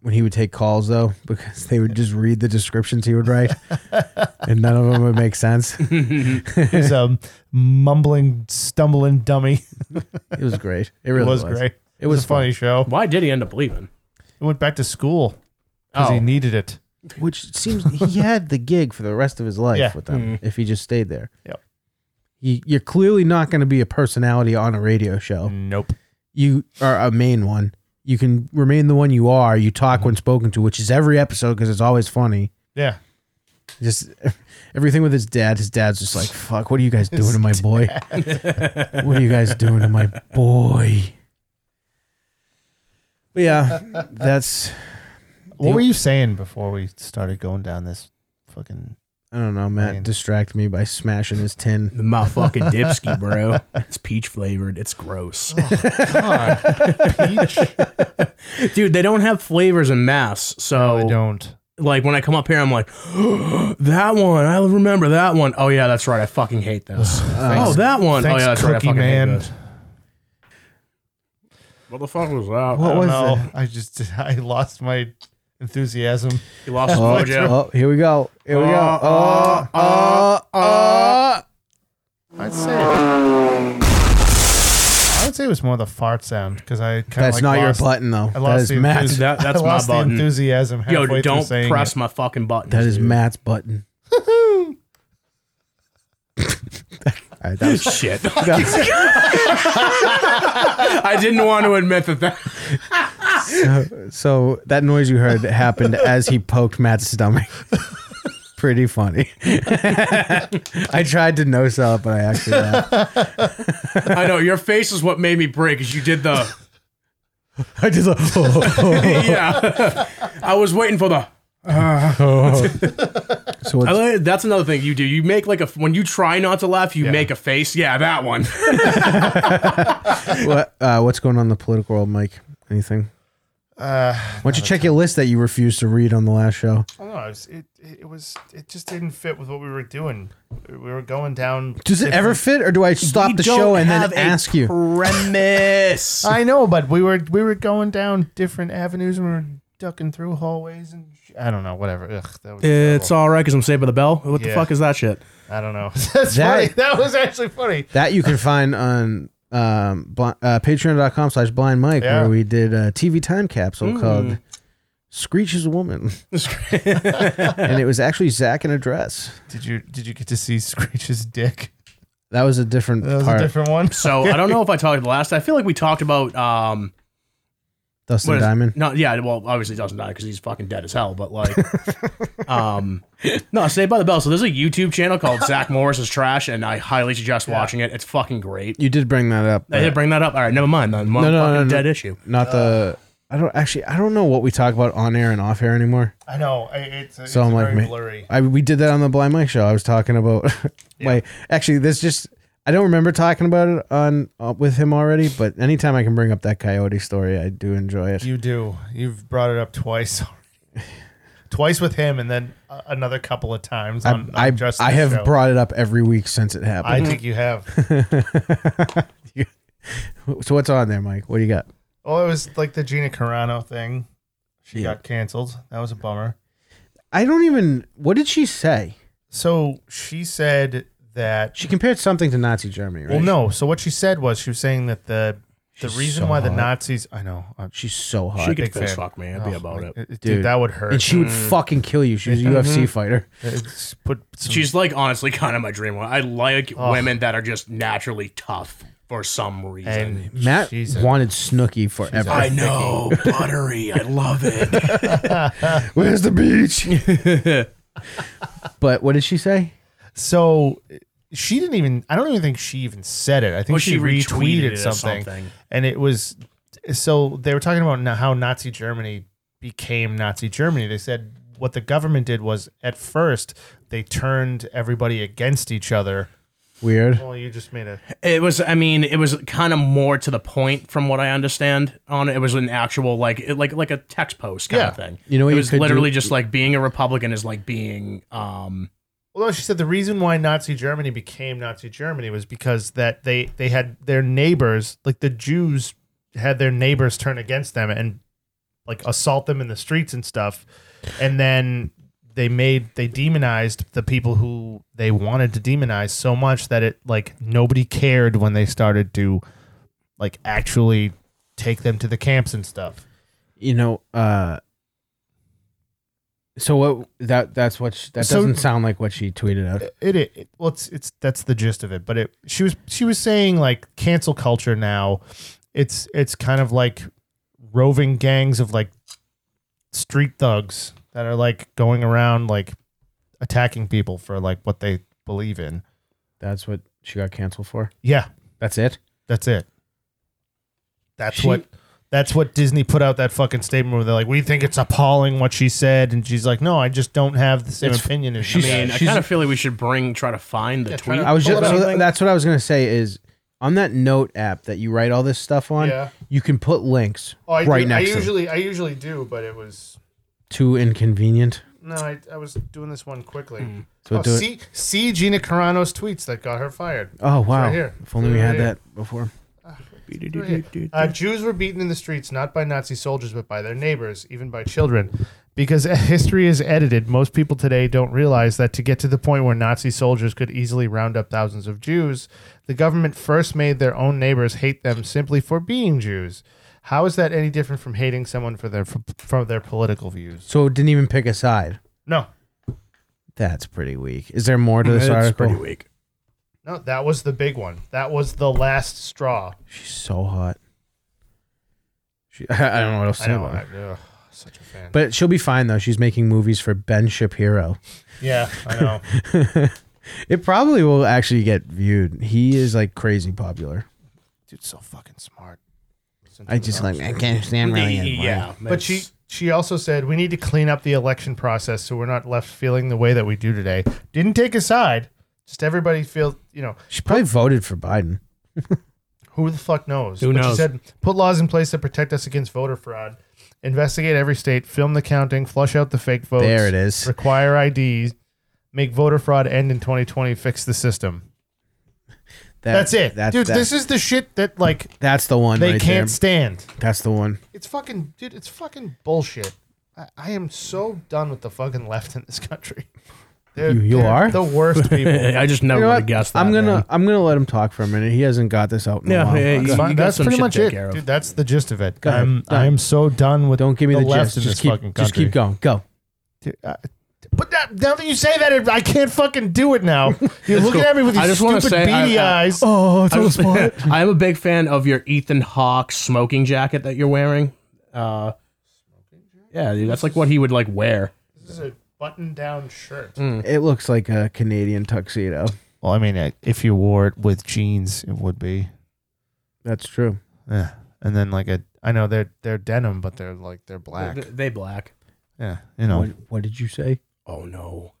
Speaker 3: when he would take calls though, because they would just read the descriptions he would
Speaker 2: (laughs)
Speaker 3: write, and none of them would make sense.
Speaker 2: He's a mumbling, um, stumbling dummy.
Speaker 3: It was great. It really
Speaker 2: it was, great.
Speaker 3: It was
Speaker 2: a funny show.
Speaker 1: Why did he end up leaving?
Speaker 2: He went back to school because
Speaker 1: Oh.
Speaker 2: he needed it.
Speaker 3: Which seems he had the gig for the rest of his life
Speaker 2: Yeah. Mm-hmm.
Speaker 3: with them if he just stayed there.
Speaker 2: Yep.
Speaker 3: You, you're clearly not going to be a personality on a radio show.
Speaker 2: Nope.
Speaker 3: You are a main one. You can remain the one you are. You talk when spoken to, which is every episode because it's always funny.
Speaker 2: Yeah.
Speaker 3: Just (laughs) everything with his dad. His dad's just like, "Fuck! What are you guys doing to my boy? (laughs)
Speaker 2: (laughs)
Speaker 3: what are you guys doing to my boy?" But yeah, that's
Speaker 2: What were you saying before we started going down this fucking?
Speaker 3: I don't know.
Speaker 2: Man.
Speaker 3: Matt distract me by smashing his tin.
Speaker 1: The motherfucking dipsky, bro. It's peach flavored. It's gross.
Speaker 2: (laughs) Peach?
Speaker 1: Oh, (laughs) Dude, they don't have flavors in mass. So
Speaker 2: I don't.
Speaker 1: like when I come up here, I'm like, (gasps) that one. I remember that one. Oh yeah, that's right. I fucking hate
Speaker 2: (sighs)
Speaker 1: this. oh, that one.
Speaker 2: Thanks,
Speaker 1: oh yeah, that's right. I
Speaker 2: Cookie
Speaker 1: fucking
Speaker 2: Man.
Speaker 1: hate this. What the fuck was that?
Speaker 2: What
Speaker 3: don't
Speaker 2: was
Speaker 3: know.
Speaker 2: it? I just (laughs) I lost my enthusiasm.
Speaker 1: You lost the
Speaker 2: uh,
Speaker 3: Oh,
Speaker 1: mojo.
Speaker 3: oh, here we go. Here we go. Oh, oh,
Speaker 2: uh,
Speaker 3: oh.
Speaker 2: I'd say. I would say it was more the fart sound because I kind of
Speaker 3: That's
Speaker 2: like
Speaker 3: not
Speaker 2: lost,
Speaker 3: your button, though.
Speaker 2: I lost
Speaker 3: That is
Speaker 2: the
Speaker 3: Matt's.
Speaker 2: enthusi-
Speaker 1: That- that's
Speaker 2: I
Speaker 1: my
Speaker 2: lost
Speaker 1: button.
Speaker 2: the enthusiasm.
Speaker 1: (laughs) Yo,
Speaker 2: Halfway
Speaker 1: dude,
Speaker 2: through
Speaker 1: don't
Speaker 2: saying
Speaker 1: press
Speaker 2: it.
Speaker 1: my fucking button.
Speaker 3: That is Matt's button. (laughs) All right, that
Speaker 1: (laughs)
Speaker 2: (laughs)
Speaker 3: was,
Speaker 1: shit.
Speaker 3: that was-
Speaker 1: I didn't want to admit that. that
Speaker 3: so that noise you heard happened as he poked Matt's stomach. Pretty funny. (laughs) I tried to no sell it, but I actually laughed.
Speaker 1: I know your face is what made me break. Is you did
Speaker 2: (laughs)
Speaker 1: the
Speaker 3: I just like,
Speaker 1: (laughs) yeah.
Speaker 2: (laughs)
Speaker 1: I was waiting for the.
Speaker 3: so what's,
Speaker 1: I like- that's another thing you do. You make like a when you try not to laugh, you make a face. Yeah, that one.
Speaker 3: what, uh, what's going on in the political world, Mike? Anything?
Speaker 2: Uh,
Speaker 3: Why don't you check your list that you refused to read on the last show?
Speaker 2: I don't know. It was, it, it was. It just didn't fit with what we were doing. We were going down.
Speaker 3: Does it ever fit, or do I stop
Speaker 1: We
Speaker 3: the
Speaker 1: don't
Speaker 3: show and
Speaker 1: have
Speaker 3: then
Speaker 1: a
Speaker 3: ask you?
Speaker 1: Premise.
Speaker 3: (laughs)
Speaker 2: I know, but we were we were going down different avenues. and We were ducking through hallways and sh- I don't know. Whatever. Ugh, that was.
Speaker 1: it's
Speaker 2: terrible.
Speaker 1: all right because I'm saved by the bell. What the
Speaker 2: Yeah.
Speaker 1: fuck is that shit?
Speaker 2: I don't know. (laughs) That's
Speaker 3: That-
Speaker 2: funny. That was actually funny.
Speaker 3: That you can find on um, bl- uh, patreon.com slash blind mike
Speaker 2: Yeah.
Speaker 3: where we did a TV time capsule
Speaker 1: Mm.
Speaker 3: called Screech is
Speaker 1: (laughs)
Speaker 3: a Woman. and it was actually Zach in a dress.
Speaker 2: Did you did you get to see Screech's dick?
Speaker 3: That was a different
Speaker 2: That was
Speaker 3: part.
Speaker 2: a different one.
Speaker 1: So I don't know if I talked last. I feel like we talked about um.
Speaker 3: Dustin
Speaker 1: what is-
Speaker 3: Diamond.
Speaker 1: No, yeah. Well, obviously it doesn't die because he's fucking dead as hell. But like, um, no, Saved by the Bell. So there's a YouTube channel called Zach Morris's Trash, and I highly suggest watching it. It's fucking great.
Speaker 3: You did bring that up.
Speaker 1: I did
Speaker 3: but
Speaker 1: bring that up. All right, never mind. Then. No,
Speaker 3: no, no, no.
Speaker 1: dead issue.
Speaker 3: not the. I don't actually. I don't know what we talk about on air and off air anymore.
Speaker 2: I know. I- It's, it's
Speaker 3: So I'm like,
Speaker 2: very
Speaker 3: man-
Speaker 2: blurry.
Speaker 3: I we did that on the Blind Mike show. I was talking about (laughs) my actually this just I don't remember talking about it on uh, with him already, but anytime I can bring up that coyote story, I do enjoy it.
Speaker 2: You do. You've brought it up twice already. Twice with him, and then uh, another couple of times.
Speaker 3: I
Speaker 2: On,
Speaker 3: I,
Speaker 2: on just
Speaker 3: I
Speaker 2: this
Speaker 3: have
Speaker 2: show.
Speaker 3: brought it up every week since it
Speaker 2: I
Speaker 3: happened.
Speaker 2: think
Speaker 3: (laughs)
Speaker 2: you have.
Speaker 3: so what's on there, Mike? What do you got?
Speaker 2: Oh, it was like the Gina Carano thing. She got canceled. That was a bummer.
Speaker 3: I don't even. What did she say?
Speaker 2: So she said that.
Speaker 3: She compared something to Nazi Germany, right?
Speaker 2: Well, no. So what she said was she was saying that the the
Speaker 3: She's
Speaker 2: reason
Speaker 3: so
Speaker 2: why the
Speaker 3: hot.
Speaker 2: Nazis. I know. I-
Speaker 3: she's so hot,
Speaker 1: She could
Speaker 2: big
Speaker 1: fist
Speaker 2: fan.
Speaker 1: fuck me. I'd be
Speaker 2: oh
Speaker 1: about
Speaker 2: my-
Speaker 1: it.
Speaker 2: Dude,
Speaker 3: Dude.
Speaker 2: that would hurt. Mm-hmm.
Speaker 3: and she would fucking kill you. She was a UFC fighter.
Speaker 2: It's put
Speaker 3: Mm-hmm.
Speaker 2: some-
Speaker 1: She's like honestly (laughs) kind of my dream one. I like
Speaker 2: Oh.
Speaker 1: women that are just naturally tough for some reason.
Speaker 2: and
Speaker 3: Matt
Speaker 2: she's a-
Speaker 3: wanted Snooky forever.
Speaker 1: I know, buttery. I love it.
Speaker 3: Where's the beach? but what did she say?
Speaker 2: So she didn't even. I don't even think she even said it. I think
Speaker 1: Well,
Speaker 2: she,
Speaker 1: she retweeted
Speaker 2: retweeted,
Speaker 1: it or
Speaker 2: something,
Speaker 1: something.
Speaker 2: and it was. So they were talking about na- how Nazi Germany became Nazi Germany. They said what the government did was at first they turned everybody against each other.
Speaker 3: Weird.
Speaker 2: Well, you just made a.
Speaker 1: (laughs) It was, I mean, it was kind of more to the point from what I understand on it. It was an actual like, it, like, like a text post kind
Speaker 2: Yeah.
Speaker 1: of thing.
Speaker 3: You know what
Speaker 1: it
Speaker 3: you
Speaker 1: was
Speaker 3: could
Speaker 1: literally
Speaker 3: do?
Speaker 1: just like being a Republican is like being, um,
Speaker 2: Well, no, she said the reason why Nazi Germany became Nazi Germany was because that they they had their neighbors, like the Jews, had their neighbors turn against them and like assault them in the streets and stuff, and then they made they demonized the people who they wanted to demonize so much that it like nobody cared when they started to like actually take them to the camps and stuff.
Speaker 3: you know uh so what that that's what she, that
Speaker 2: So-
Speaker 3: doesn't sound like what she tweeted out
Speaker 2: It, it, it well, it's it's that's the gist of it. But it she was she was saying like cancel culture now. It's it's kind of like roving gangs of like street thugs that are like going around like attacking people for like what they believe in.
Speaker 3: that's what she got canceled for
Speaker 2: Yeah,
Speaker 3: that's it
Speaker 2: That's it. That's
Speaker 3: She-
Speaker 2: what that's what Disney put out that fucking statement where they're like, "We think it's appalling what she said," and she's like, "No, I just don't have the same
Speaker 3: It's-
Speaker 2: opinion." As
Speaker 1: I
Speaker 2: she
Speaker 3: she's-
Speaker 1: mean,
Speaker 2: mean,
Speaker 1: I
Speaker 3: she's-
Speaker 1: kind of feel like we should bring try to find the
Speaker 2: Yeah, try
Speaker 1: tweet.
Speaker 2: to-
Speaker 3: i was just
Speaker 2: Pull it
Speaker 3: so
Speaker 2: up.
Speaker 3: th- that's what i was gonna say is on that note app that you write all this stuff on
Speaker 2: Yeah.
Speaker 3: you can put links right next to them.
Speaker 2: Oh, I usually do, but it was
Speaker 3: too inconvenient
Speaker 2: no, I, I was doing this one quickly. Oh,
Speaker 3: so do it.
Speaker 2: see Gina Carano's tweets that got her fired.
Speaker 3: oh wow
Speaker 2: right here.
Speaker 3: if only we
Speaker 2: Right
Speaker 3: had
Speaker 2: here.
Speaker 3: that before
Speaker 2: Uh, Jews were beaten in the streets not by Nazi soldiers, but by their neighbors, even by children. Because (laughs) history is edited, most people today don't realize that to get to the point where Nazi soldiers could easily round up thousands of Jews, the government first made their own neighbors hate them simply for being Jews. How is that any different from hating someone for their for, their political views?
Speaker 3: so it didn't even pick a side
Speaker 2: No,
Speaker 3: that's pretty weak is there more to this
Speaker 1: That's
Speaker 3: article
Speaker 1: pretty weak.
Speaker 2: no, that was the big one. That was the last straw.
Speaker 3: she's so hot she, (laughs) i don't know what else to
Speaker 2: I
Speaker 3: say
Speaker 2: know.
Speaker 3: about her.
Speaker 2: I- ugh, such a fan.
Speaker 3: But she'll be fine though. She's making movies for Ben Shapiro.
Speaker 2: yeah, I (laughs) know.
Speaker 3: It probably will actually get viewed. He is like crazy popular.
Speaker 2: Dude's so fucking smart.
Speaker 3: I just like I can't stand really. his wife.
Speaker 1: Yeah,
Speaker 2: But she she also said we need to clean up the election process so we're not left feeling the way that we do today. Didn't take a side. Just everybody feel you know
Speaker 3: She probably voted for Biden.
Speaker 2: who the fuck knows.
Speaker 1: Who
Speaker 2: but She
Speaker 1: knows?
Speaker 2: said put laws in place that protect us against voter fraud. Investigate every state. Film the counting. Flush out the fake votes.
Speaker 3: There it is.
Speaker 2: Require IDs. Make voter fraud end in 2020. Fix the system.
Speaker 3: That-
Speaker 2: That's it,
Speaker 3: That,
Speaker 2: dude.
Speaker 3: that-
Speaker 2: this is the shit that like
Speaker 3: that's the one.
Speaker 2: they
Speaker 3: right
Speaker 2: can't
Speaker 3: there.
Speaker 2: stand.
Speaker 3: That's the one.
Speaker 2: It's fucking dude. It's fucking bullshit. I, I am so done with the fucking left in this
Speaker 3: (laughs)
Speaker 2: country. They're,
Speaker 3: You- you
Speaker 2: they're
Speaker 3: are? (laughs)
Speaker 2: the worst people.
Speaker 1: I just never
Speaker 3: You know
Speaker 1: would
Speaker 3: what?
Speaker 1: have guessed that.
Speaker 3: I'm gonna
Speaker 1: man.
Speaker 3: I'm gonna let him talk for a minute. He hasn't got this out. In
Speaker 1: Yeah,
Speaker 3: a while.
Speaker 1: yeah, yeah,
Speaker 3: Okay.
Speaker 1: you-
Speaker 2: Fine,
Speaker 1: got
Speaker 2: that's
Speaker 1: some
Speaker 2: pretty
Speaker 1: shit
Speaker 2: much
Speaker 1: to take
Speaker 2: it,
Speaker 1: care of.
Speaker 2: dude. That's the gist of it.
Speaker 3: Go ahead.
Speaker 2: I'm,
Speaker 3: Go
Speaker 2: I am so done with.
Speaker 3: Don't give me
Speaker 2: The
Speaker 3: the,
Speaker 2: left
Speaker 3: gist.
Speaker 2: in
Speaker 3: Just
Speaker 2: this
Speaker 3: keep
Speaker 2: fucking
Speaker 3: just
Speaker 2: country.
Speaker 3: keep going. Go.
Speaker 2: Dude, I- but that, now that you say that, it, I can't fucking do
Speaker 3: (laughs)
Speaker 2: it now. You're looking
Speaker 1: cool.
Speaker 2: at me with
Speaker 1: I
Speaker 2: these
Speaker 1: just wanna
Speaker 2: stupid
Speaker 1: say I-
Speaker 2: beady
Speaker 1: I-
Speaker 2: eyes.
Speaker 3: Oh, I
Speaker 1: I'm- (laughs) I'm a big fan of your Ethan Hawke smoking jacket that you're wearing. Uh, yeah, dude, that's like what he would like wear. Mm.
Speaker 2: This is a button-down shirt.
Speaker 3: It looks like a Canadian tuxedo.
Speaker 2: Well, I mean, uh, if you wore it with jeans, it would be.
Speaker 3: That's true.
Speaker 2: Yeah. And then like a, I know they're they're denim, but they're like they're black.
Speaker 1: They, they black.
Speaker 2: Yeah, you know
Speaker 3: What, what did you say?
Speaker 1: Oh no.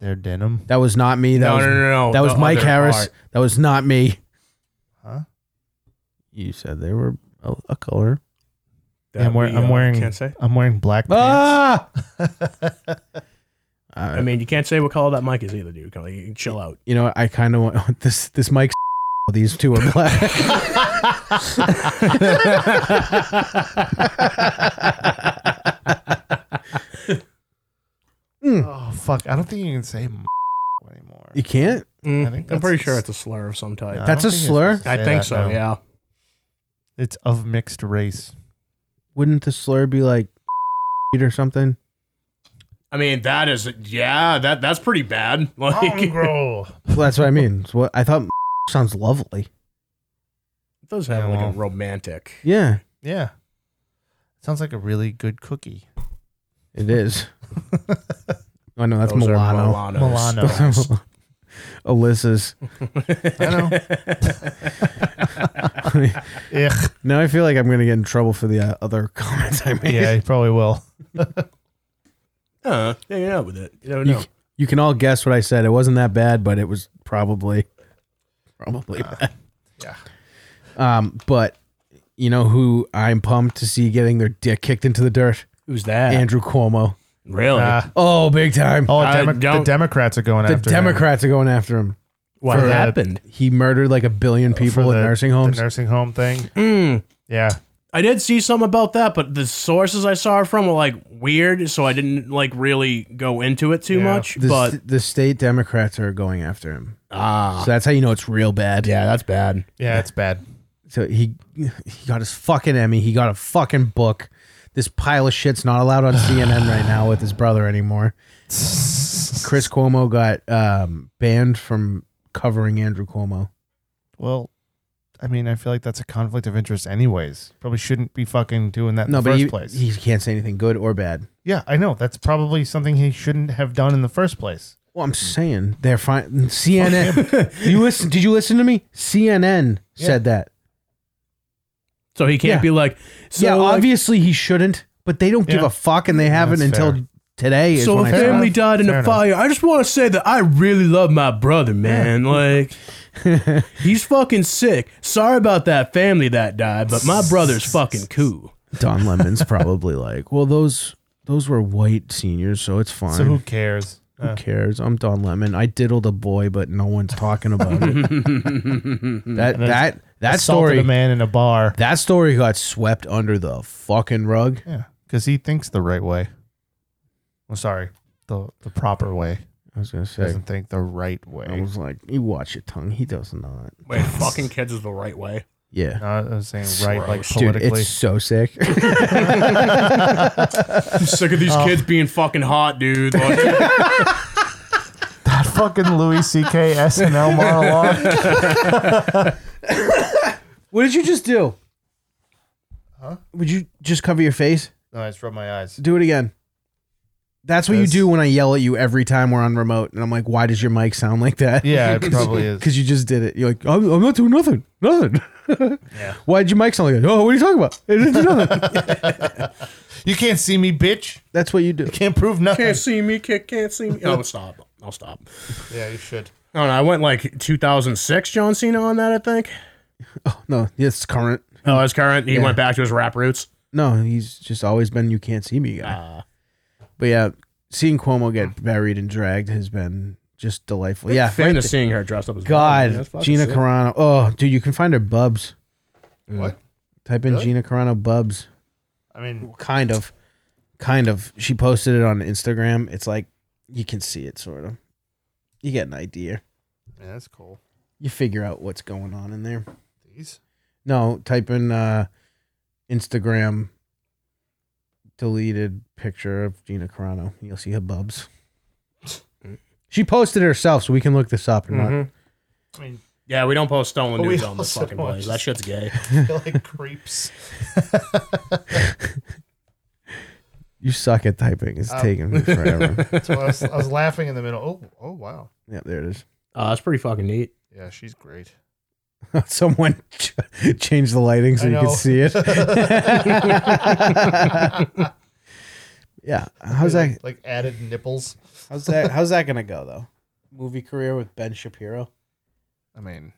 Speaker 2: they're denim.
Speaker 3: That was not me. That
Speaker 1: No,
Speaker 3: was,
Speaker 1: no, no, no.
Speaker 3: That was
Speaker 1: The
Speaker 3: Mike
Speaker 1: other
Speaker 3: Harris.
Speaker 1: part.
Speaker 3: That was not me.
Speaker 2: Huh?
Speaker 3: You said they were a, a color.
Speaker 2: Yeah, I'm, wear-
Speaker 1: That we,
Speaker 2: I'm
Speaker 1: uh,
Speaker 2: wearing.
Speaker 1: Can't say.
Speaker 2: I'm wearing black pants. (laughs)
Speaker 3: Ah! Uh,
Speaker 1: I mean, you can't say what color that mic is either, dude. Come on, you can chill out.
Speaker 3: you know, I kind of want (laughs) this. This Mike's. These two are black. (laughs)
Speaker 2: Oh fuck! I don't think you can say m- anymore.
Speaker 3: Hmm. you can't.
Speaker 1: Mm,
Speaker 2: I think
Speaker 1: I'm pretty
Speaker 2: that's-
Speaker 1: sure it's a slur of some type.
Speaker 2: No, I
Speaker 3: That's
Speaker 2: don't
Speaker 3: a
Speaker 2: think you're
Speaker 3: slur?
Speaker 2: supposed to
Speaker 1: I
Speaker 2: say
Speaker 1: think
Speaker 2: that,
Speaker 1: so.
Speaker 2: no.
Speaker 1: Yeah.
Speaker 2: It's of mixed race.
Speaker 3: Wouldn't the slur be like (laughs) or something?
Speaker 1: I mean, that is yeah. That that's pretty bad. (laughs) (laughs)
Speaker 2: Oh,
Speaker 1: Like, it
Speaker 2: Mongrel.
Speaker 3: Well, that's what I mean. It's what I thought (laughs) sounds lovely.
Speaker 1: does have
Speaker 2: Yeah,
Speaker 1: like
Speaker 2: well.
Speaker 1: a romantic.
Speaker 3: Yeah,
Speaker 2: yeah. Sounds like a really good cookie. (laughs)
Speaker 3: it is. oh no, that's
Speaker 1: Those are
Speaker 3: Milano.
Speaker 1: Milanos.
Speaker 2: Milano.
Speaker 3: (laughs) Alyssa's.
Speaker 2: (laughs) Ugh.
Speaker 3: now I feel like I'm gonna get in trouble for the uh, other (laughs) comments I made.
Speaker 2: Yeah, you probably will.
Speaker 1: (laughs) Uh, hanging out with it. You don't
Speaker 3: You,
Speaker 1: know.
Speaker 3: you can all guess what I said. It wasn't that bad, but it was probably probably bad.
Speaker 2: Ah, yeah.
Speaker 3: Um, but you know who I'm pumped to see getting their dick kicked into the dirt?
Speaker 1: Who's that?
Speaker 3: Andrew Cuomo.
Speaker 1: really?
Speaker 2: Uh,
Speaker 3: Oh, big time.
Speaker 2: oh,
Speaker 1: I
Speaker 2: Demo- the
Speaker 1: don't-
Speaker 2: Democrats are going
Speaker 3: the
Speaker 2: after
Speaker 3: Democrats are going after him.
Speaker 1: what
Speaker 2: for the-
Speaker 1: happened?
Speaker 3: He murdered like a billion
Speaker 2: him
Speaker 3: people
Speaker 2: for
Speaker 3: in
Speaker 2: the-
Speaker 3: nursing homes.
Speaker 2: The nursing home thing.
Speaker 1: Mm.
Speaker 2: Yeah.
Speaker 1: I did see something about that, but the sources I saw it from were like weird, so I didn't like really go into it too
Speaker 2: Yeah.
Speaker 1: much.
Speaker 3: the,
Speaker 1: but
Speaker 3: st- the state Democrats are going after him.
Speaker 1: ah,
Speaker 3: So that's how you know it's real bad.
Speaker 1: yeah, that's bad.
Speaker 2: Yeah, it's bad.
Speaker 3: so he he got his fucking Emmy. He got a fucking book. This pile of shit's not allowed on CNN right now with his brother anymore. Chris Cuomo got um, banned from covering Andrew Cuomo.
Speaker 2: Well, I mean, I feel like that's a conflict of interest, anyways. Probably shouldn't be fucking doing that in
Speaker 3: No,
Speaker 2: the
Speaker 3: but
Speaker 2: first
Speaker 3: he,
Speaker 2: place.
Speaker 3: he can't say anything good or bad.
Speaker 2: yeah, I know. That's probably something he shouldn't have done in the first place.
Speaker 3: Well, I'm saying they're fine. CNN. (laughs) you listen? Did you listen to me? CNN said that.
Speaker 1: So he can't
Speaker 3: Yeah.
Speaker 1: be like, so
Speaker 3: yeah,
Speaker 1: like,
Speaker 3: obviously he shouldn't, but they don't give
Speaker 2: Yeah.
Speaker 3: a fuck, and they haven't
Speaker 2: That's
Speaker 3: until
Speaker 2: fair.
Speaker 3: today. Is
Speaker 1: So
Speaker 3: when
Speaker 1: a
Speaker 3: I found
Speaker 1: family
Speaker 2: enough.
Speaker 1: died in
Speaker 2: Fair
Speaker 1: a
Speaker 2: enough.
Speaker 1: fire. I just want to say that I really love my brother, man. Like he's fucking sick. Sorry about that family that died, but my brother's fucking cool.
Speaker 3: Don Lemon's probably like, well, those those were white seniors, so it's fine.
Speaker 2: So
Speaker 3: who,
Speaker 2: who cares? Uh,
Speaker 3: cares? I'm Don Lemon. I diddled a boy, but no one's talking (laughs) about it. that
Speaker 2: then
Speaker 3: that that
Speaker 2: assaulted a
Speaker 3: story
Speaker 2: man in a bar.
Speaker 3: that story got swept under the fucking rug.
Speaker 2: Yeah, because he thinks the right way. Well, sorry, the the proper way.
Speaker 3: I was gonna say.
Speaker 2: Doesn't think the right way.
Speaker 3: I was like, you watch your tongue. He does not.
Speaker 1: Wait, fucking kids is the right way.
Speaker 3: Yeah.
Speaker 2: No, I was saying right, like
Speaker 3: Dude,
Speaker 2: politically.
Speaker 3: it's so sick. (laughs)
Speaker 1: I'm sick of these kids being fucking hot, dude. Like,
Speaker 2: that (laughs) fucking Louis C.K. SNL
Speaker 3: (laughs)
Speaker 2: monologue.
Speaker 3: what did you just do? Huh? Would you just cover your face?
Speaker 2: No, I just rubbed my eyes.
Speaker 3: Do it again. That's what
Speaker 2: This.
Speaker 3: you do when I yell at you every time we're on remote, and I'm like, "Why does your mic sound like that?" (laughs)
Speaker 2: Yeah, (laughs) it probably is.
Speaker 3: because you just did it. You're like, "I'm, I'm not doing nothing, nothing." (laughs)
Speaker 2: Yeah.
Speaker 3: Why did your mic sound like that? Oh, what are you talking about? (laughs) I didn't do nothing.
Speaker 2: You can't see me, bitch.
Speaker 3: That's what you do.
Speaker 2: Can't prove nothing.
Speaker 1: can't see me, kid. Can't see me. Oh, stop. I'll stop.
Speaker 2: Yeah, you should.
Speaker 1: I don't know. I went like 2006 John Cena on that, I think.
Speaker 3: No, it's current.
Speaker 2: Hmm.
Speaker 1: Oh, that's current. He went back to his rap roots.
Speaker 3: No, he's just always been. You can't see me guy.
Speaker 1: Uh,
Speaker 3: But yeah, seeing Cuomo get buried and dragged has been just delightful. Yeah,
Speaker 1: fan of seeing her dressed up as
Speaker 3: God, Gina
Speaker 1: Carano.
Speaker 3: Carano. Oh, dude, you can find her bubs.
Speaker 2: What?
Speaker 3: Type in
Speaker 2: Really?
Speaker 3: Gina Carano bubs.
Speaker 2: I mean,
Speaker 3: kind of kind of she posted it on instagram it's like you can see it sort of you get an idea
Speaker 2: yeah, that's cool.
Speaker 3: you figure out what's going on in there
Speaker 2: These.
Speaker 3: no type in uh instagram deleted picture of gina carano you'll see her bubs she posted herself so we can look this up and not-
Speaker 2: I (laughs) mean,
Speaker 1: Yeah, we don't post stolen
Speaker 2: But (laughs) we
Speaker 1: news on this
Speaker 2: also
Speaker 1: fucking
Speaker 2: don't
Speaker 1: place. That
Speaker 2: just-
Speaker 1: shit's gay.
Speaker 2: feel like creeps.
Speaker 3: you suck at typing it's
Speaker 2: Um.
Speaker 3: taking me forever
Speaker 2: That's why I was, I was laughing in the middle. Oh, oh, wow.
Speaker 3: yeah there it is
Speaker 1: Uh, that's pretty fucking neat.
Speaker 2: Yeah, she's great.
Speaker 3: someone ch- changed the lighting so
Speaker 2: I
Speaker 3: you
Speaker 2: know.
Speaker 3: could see (laughs) it yeah how's that
Speaker 2: Like, like added nipples.
Speaker 3: How's that? How's that gonna go though? Movie career with Ben Shapiro.
Speaker 2: I mean,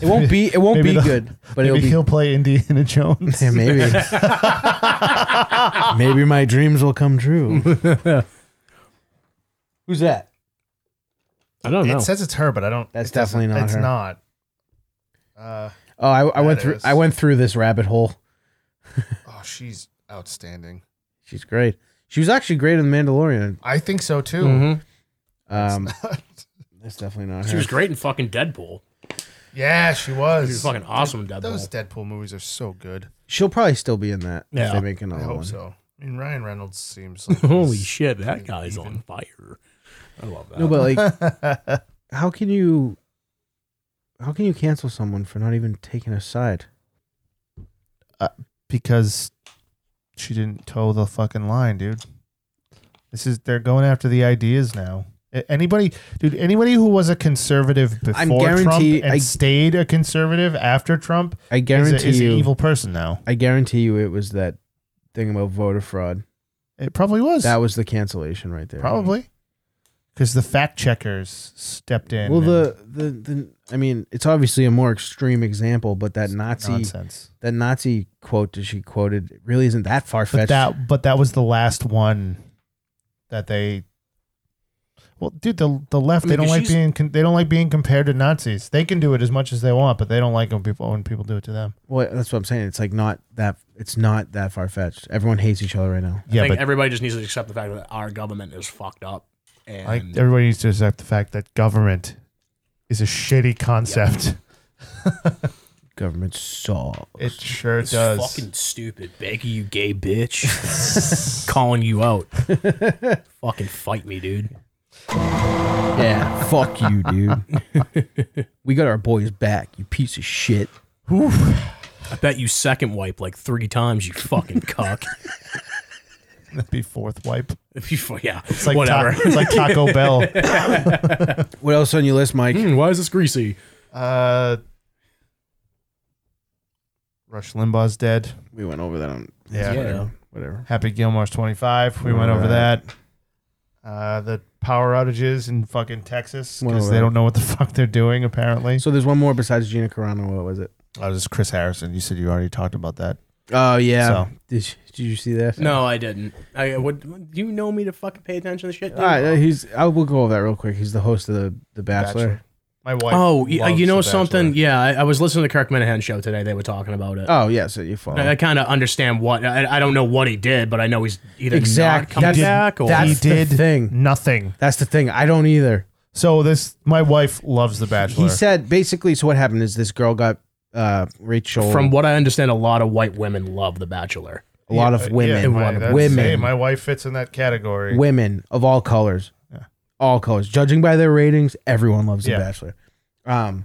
Speaker 3: It won't be. It won't
Speaker 2: Maybe
Speaker 3: be
Speaker 2: the-
Speaker 3: good, but it'll
Speaker 2: maybe
Speaker 3: be. (laughs)
Speaker 2: he'll play Indiana (laughs) Jones.
Speaker 3: Yeah, maybe. (laughs) maybe my dreams will come true. (laughs) Who's that?
Speaker 1: I don't know.
Speaker 2: It says it's her, but I don't.
Speaker 3: That's
Speaker 2: it doesn't-
Speaker 3: definitely not
Speaker 2: It's
Speaker 3: her.
Speaker 2: not. Uh,
Speaker 3: Oh, I, I went
Speaker 2: That
Speaker 3: through.
Speaker 2: is-
Speaker 3: I went through this rabbit hole.
Speaker 2: oh, she's outstanding.
Speaker 3: She's great. She was actually great in The Mandalorian.
Speaker 2: I think so too.
Speaker 1: Mhm.
Speaker 3: Um, that's definitely not her.
Speaker 1: She was great in fucking Deadpool.
Speaker 2: (laughs) yeah, she was.
Speaker 1: She was fucking awesome in Deadpool.
Speaker 2: Those Deadpool movies are so good.
Speaker 3: She'll probably still be in that if
Speaker 1: Yeah.
Speaker 3: they make another
Speaker 2: I hope
Speaker 3: one.
Speaker 2: so. I mean, Ryan Reynolds (laughs) seems like
Speaker 1: Holy
Speaker 2: he's-
Speaker 1: shit, that guy's on fire. I love that.
Speaker 3: No, but like, (laughs)
Speaker 2: (laughs)
Speaker 3: how can you? How can you cancel someone for not even taking a side?
Speaker 2: because she didn't toe the fucking line, dude. This is they're going after the ideas now. A- Anybody, dude, anybody who was a conservative
Speaker 3: I'm
Speaker 2: before Trump
Speaker 3: guarantee-
Speaker 2: and
Speaker 3: I-
Speaker 2: stayed a conservative after Trump
Speaker 3: I
Speaker 2: is,
Speaker 3: guarantee
Speaker 2: a, is an
Speaker 3: you,
Speaker 2: evil person now.
Speaker 3: I guarantee you it was that thing about voter fraud.
Speaker 2: It probably was.
Speaker 3: That was the cancellation right there.
Speaker 2: probably because the fact checkers stepped in.
Speaker 3: Well,
Speaker 2: and-
Speaker 3: the, the the I mean, it's obviously a more extreme example, but that Nazi
Speaker 2: nonsense.
Speaker 3: that Nazi quote that she quoted really isn't that far
Speaker 2: But
Speaker 3: fetched.
Speaker 2: that but that was the last one that they. Well, dude, the the left
Speaker 1: I mean,
Speaker 2: they don't
Speaker 1: 'cause
Speaker 2: like
Speaker 1: she's-
Speaker 2: being con- they don't like being compared to Nazis. They can do it as much as they want, but they don't like when people when people do it to them.
Speaker 3: well, that's what I'm saying. It's like not that. It's not that far fetched. Everyone hates each other right now.
Speaker 1: I
Speaker 2: Yeah,
Speaker 1: think
Speaker 2: but
Speaker 1: everybody just needs to accept the fact that our government is fucked up. And
Speaker 2: like everybody needs to accept the fact that government is a shitty concept.
Speaker 3: Government saw.
Speaker 2: (laughs) It sure
Speaker 1: It's
Speaker 2: does.
Speaker 1: fucking stupid. Becky, you gay bitch. Calling you out. fucking fight me, dude.
Speaker 3: Yeah, fuck you, dude. (laughs) we got our boys back, you piece of shit.
Speaker 1: I bet you second wipe like three times, you fucking cuck.
Speaker 2: (laughs) That'd be fourth wipe.
Speaker 1: Before- yeah,
Speaker 2: It's like
Speaker 1: whatever. (laughs)
Speaker 2: Ta- it's like Taco Bell.
Speaker 3: What else on your list, Mike?
Speaker 1: Hmm, why is this greasy?
Speaker 2: Uh, Rush Limbaugh's dead.
Speaker 3: We went over that on
Speaker 2: Yeah.
Speaker 1: Yeah.
Speaker 3: whatever.
Speaker 2: Happy Gilmore's 25. We went over
Speaker 3: Right.
Speaker 2: that. Uh, the power outages in fucking Texas
Speaker 3: Went
Speaker 2: because
Speaker 3: over
Speaker 2: they
Speaker 3: that.
Speaker 2: don't know what the (laughs) fuck they're doing, apparently.
Speaker 3: So there's one more besides Gina Carano. What was it?
Speaker 2: Oh, this is Chris Harrison. You said you already talked about that.
Speaker 3: Oh yeah.
Speaker 2: So-
Speaker 3: Did, you- did you see that?
Speaker 1: No, I didn't. I would. You know me to fucking pay attention to shit. Dude?
Speaker 3: All right, uh, he's. I will go over that real quick. He's the host of the The Bachelor.
Speaker 2: My wife.
Speaker 1: oh, y-
Speaker 2: loves
Speaker 1: you know
Speaker 2: The
Speaker 1: something?
Speaker 2: Bachelor.
Speaker 1: Yeah, I, I was listening to the Kirk Minahan show today. They were talking about it.
Speaker 3: Oh yeah, so you follow.
Speaker 1: I, kind of understand what. I, I don't know what he did, but I know he's either
Speaker 3: Exact-
Speaker 1: not coming
Speaker 3: that's-
Speaker 1: back or
Speaker 3: that's
Speaker 2: He did
Speaker 3: the thing.
Speaker 2: nothing.
Speaker 3: That's the thing. I don't either.
Speaker 2: So this, my wife loves The Bachelor.
Speaker 3: He said basically. So what happened is this girl got uh, Rachel
Speaker 1: from what I understand, a lot of white women love The Bachelor.
Speaker 3: a lot
Speaker 2: Yeah,
Speaker 3: of women,
Speaker 2: yeah, my-
Speaker 1: uh, lot of
Speaker 2: that's-
Speaker 3: women.
Speaker 2: Hey, my wife fits in that category.
Speaker 3: women of all colors,
Speaker 2: Yeah.
Speaker 3: all colors. Judging by their ratings, everyone loves
Speaker 2: Yeah.
Speaker 3: The Bachelor. Um,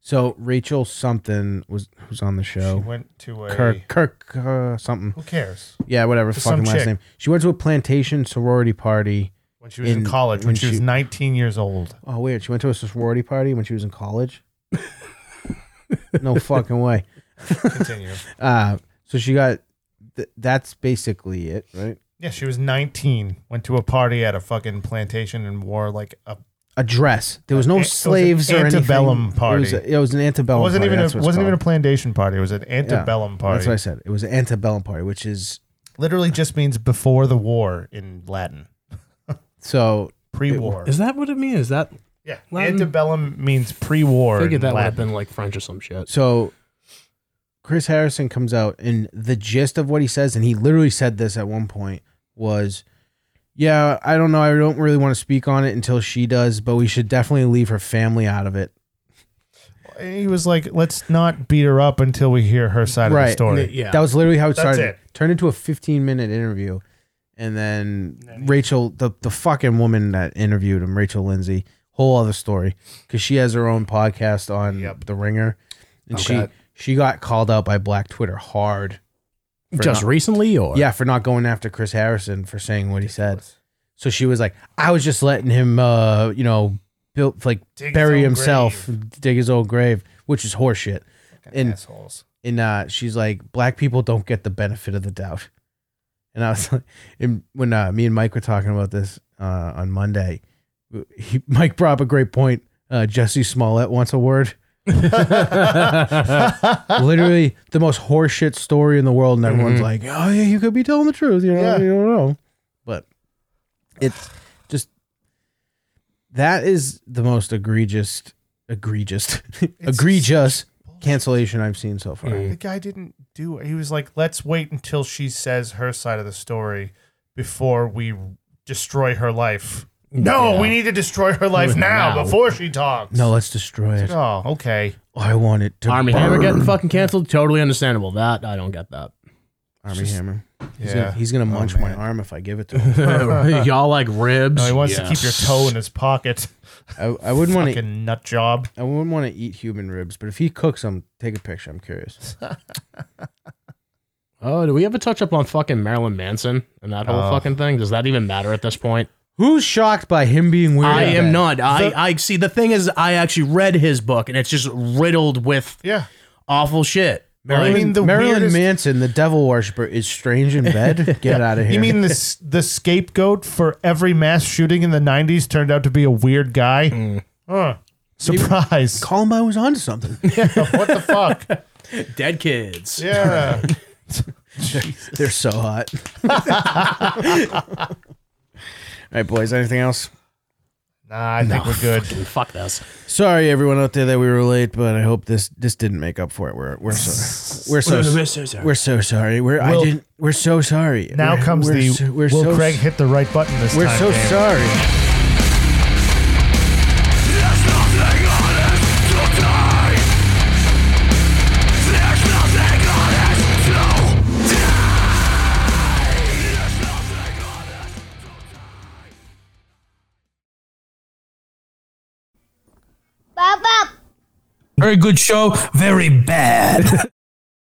Speaker 3: so Rachel something was who's on the
Speaker 2: she
Speaker 3: show.
Speaker 2: went to a.
Speaker 3: Kirk Kirk uh, something.
Speaker 2: Who cares?
Speaker 3: Yeah, whatever.
Speaker 2: Just
Speaker 3: Fucking
Speaker 2: some
Speaker 3: last
Speaker 2: chick.
Speaker 3: name. She went to a plantation sorority party.
Speaker 2: When she was in,
Speaker 3: In-
Speaker 2: college, when,
Speaker 3: when
Speaker 2: she was
Speaker 3: she-
Speaker 2: 19 years old.
Speaker 3: Oh, weird. She went to a sorority party when she was in college.
Speaker 2: (laughs)
Speaker 3: no fucking way.
Speaker 2: Continue.
Speaker 3: Uh, so she got. Th- that's basically it, right?
Speaker 2: Yeah, she was 19. Went to a party at a fucking plantation and wore like a.
Speaker 3: A dress. There was
Speaker 2: It
Speaker 3: no
Speaker 2: was an
Speaker 3: slaves or anything.
Speaker 2: antebellum
Speaker 3: It was,
Speaker 2: party.
Speaker 3: it was an
Speaker 2: It
Speaker 3: antebellum.
Speaker 2: wasn't
Speaker 3: party,
Speaker 2: even a,
Speaker 3: Oh, that's what
Speaker 2: wasn't
Speaker 3: it's
Speaker 2: even a
Speaker 3: called.
Speaker 2: plantation party. It was an antebellum party.
Speaker 3: That's what I said. It was an antebellum party, which is
Speaker 2: Literally just means before the war in Latin.
Speaker 3: so.
Speaker 2: Pre-war.
Speaker 1: Is that what it means? Is that
Speaker 2: yeah,
Speaker 1: Latin?
Speaker 2: antebellum means pre-war.
Speaker 1: I figured
Speaker 2: in
Speaker 1: that would have
Speaker 2: Latin.
Speaker 1: been like French or some shit.
Speaker 3: So Chris Harrison comes out, and the gist of what he says, and he literally said this at one point, was, "Yeah, I don't know. I don't really want to speak on it until she does, but we should definitely leave her family out of it."
Speaker 2: He was like, "Let's not beat her up until we hear her side of the
Speaker 3: Right.
Speaker 2: story."
Speaker 1: Yeah,
Speaker 3: That was literally how it
Speaker 2: That's
Speaker 3: started.
Speaker 2: it.
Speaker 3: Turned into a 15 minute interview. And then Rachel, the, the fucking woman that interviewed him, Rachel Lindsay, whole other story. Because she has her own podcast on
Speaker 2: Yep.
Speaker 3: The Ringer. And
Speaker 2: Okay.
Speaker 3: she, she got called out by Black Twitter hard. for
Speaker 1: just
Speaker 3: not-
Speaker 1: recently, or
Speaker 3: Yeah, for not going after Chris Harrison for saying what he said. So she was like, I was just letting him, uh, you know, build, like
Speaker 2: Dig his
Speaker 3: bury
Speaker 2: own
Speaker 3: himself, dig his old grave, which is horseshit.
Speaker 2: Fucking
Speaker 3: in-
Speaker 2: assholes.
Speaker 3: and uh, she's like, "Black people don't get the benefit of the doubt." And I was like, and when uh, me and Mike were talking about this uh, on Monday, he, Mike brought up a great point. Uh, Jesse Smollett wants a word. Literally the most horseshit story in the world, and everyone's like, "Oh yeah, you could be telling the truth," you know?
Speaker 2: Yeah.
Speaker 3: You don't know, but it's just that is the most egregious, egregious, (laughs) egregious cancellation I've seen so far.
Speaker 2: The guy didn't do it. He was like, let's wait until she says her side of the story before we destroy her life. No, we need to destroy her life now,
Speaker 1: Now.
Speaker 2: before she talks.
Speaker 3: No, let's destroy it.
Speaker 2: Oh, okay.
Speaker 3: I want it to
Speaker 1: Army
Speaker 3: burn.
Speaker 1: Hammer getting fucking canceled. Totally understandable. That I don't get that. (laughs)
Speaker 3: Army Hammer. Oh, He's,
Speaker 2: Yeah.
Speaker 3: gonna, he's gonna munch my
Speaker 2: man.
Speaker 3: arm if I give it to (laughs) him.
Speaker 1: Y'all like ribs?
Speaker 2: No, he wants to keep your
Speaker 1: Yes.
Speaker 2: toe in his pocket.
Speaker 3: I, I wouldn't want to.
Speaker 2: Fucking nut job.
Speaker 3: I wouldn't want to eat human ribs, but if he cooks them, take a picture. I'm curious.
Speaker 1: Oh, do we ever touch up on fucking Marilyn Manson and that whole
Speaker 2: Oh.
Speaker 1: fucking thing? Does that even matter at this point?
Speaker 3: (laughs) Who's shocked by him being weird?
Speaker 1: I
Speaker 3: like
Speaker 1: am
Speaker 3: that?
Speaker 1: not. I, I see. The thing is, I actually read his book, and it's just riddled with
Speaker 2: Yeah.
Speaker 1: awful shit.
Speaker 2: I mean, the
Speaker 3: Marilyn
Speaker 2: weirdest-
Speaker 3: Manson, the devil worshiper, is strange in (laughs) bed. Get out of here.
Speaker 2: You mean the, s- the scapegoat for every mass shooting in the 90s turned out to be a weird guy? Huh. Surprise.
Speaker 3: Columbine was onto (laughs) something?
Speaker 2: what the fuck?
Speaker 1: Dead kids.
Speaker 2: (laughs) Yeah.
Speaker 3: They're so (laughs) hot. All right, boys. Anything else?
Speaker 2: Nah, I think we're good.
Speaker 1: Fuck this.
Speaker 3: Sorry, everyone out there that we were late, but I hope this this didn't make up for it. We're we're so (laughs) we're so we're so sorry. We're
Speaker 2: Will-
Speaker 3: I didn't. We're so sorry.
Speaker 2: Now
Speaker 3: We're-
Speaker 2: comes
Speaker 3: we're
Speaker 2: the
Speaker 3: so- we're
Speaker 2: will
Speaker 3: so
Speaker 2: Craig hit the right button this
Speaker 3: We're
Speaker 2: time.
Speaker 3: so
Speaker 2: game.
Speaker 3: sorry.
Speaker 5: There's nothing honest to die.
Speaker 6: Very good show. Very bad.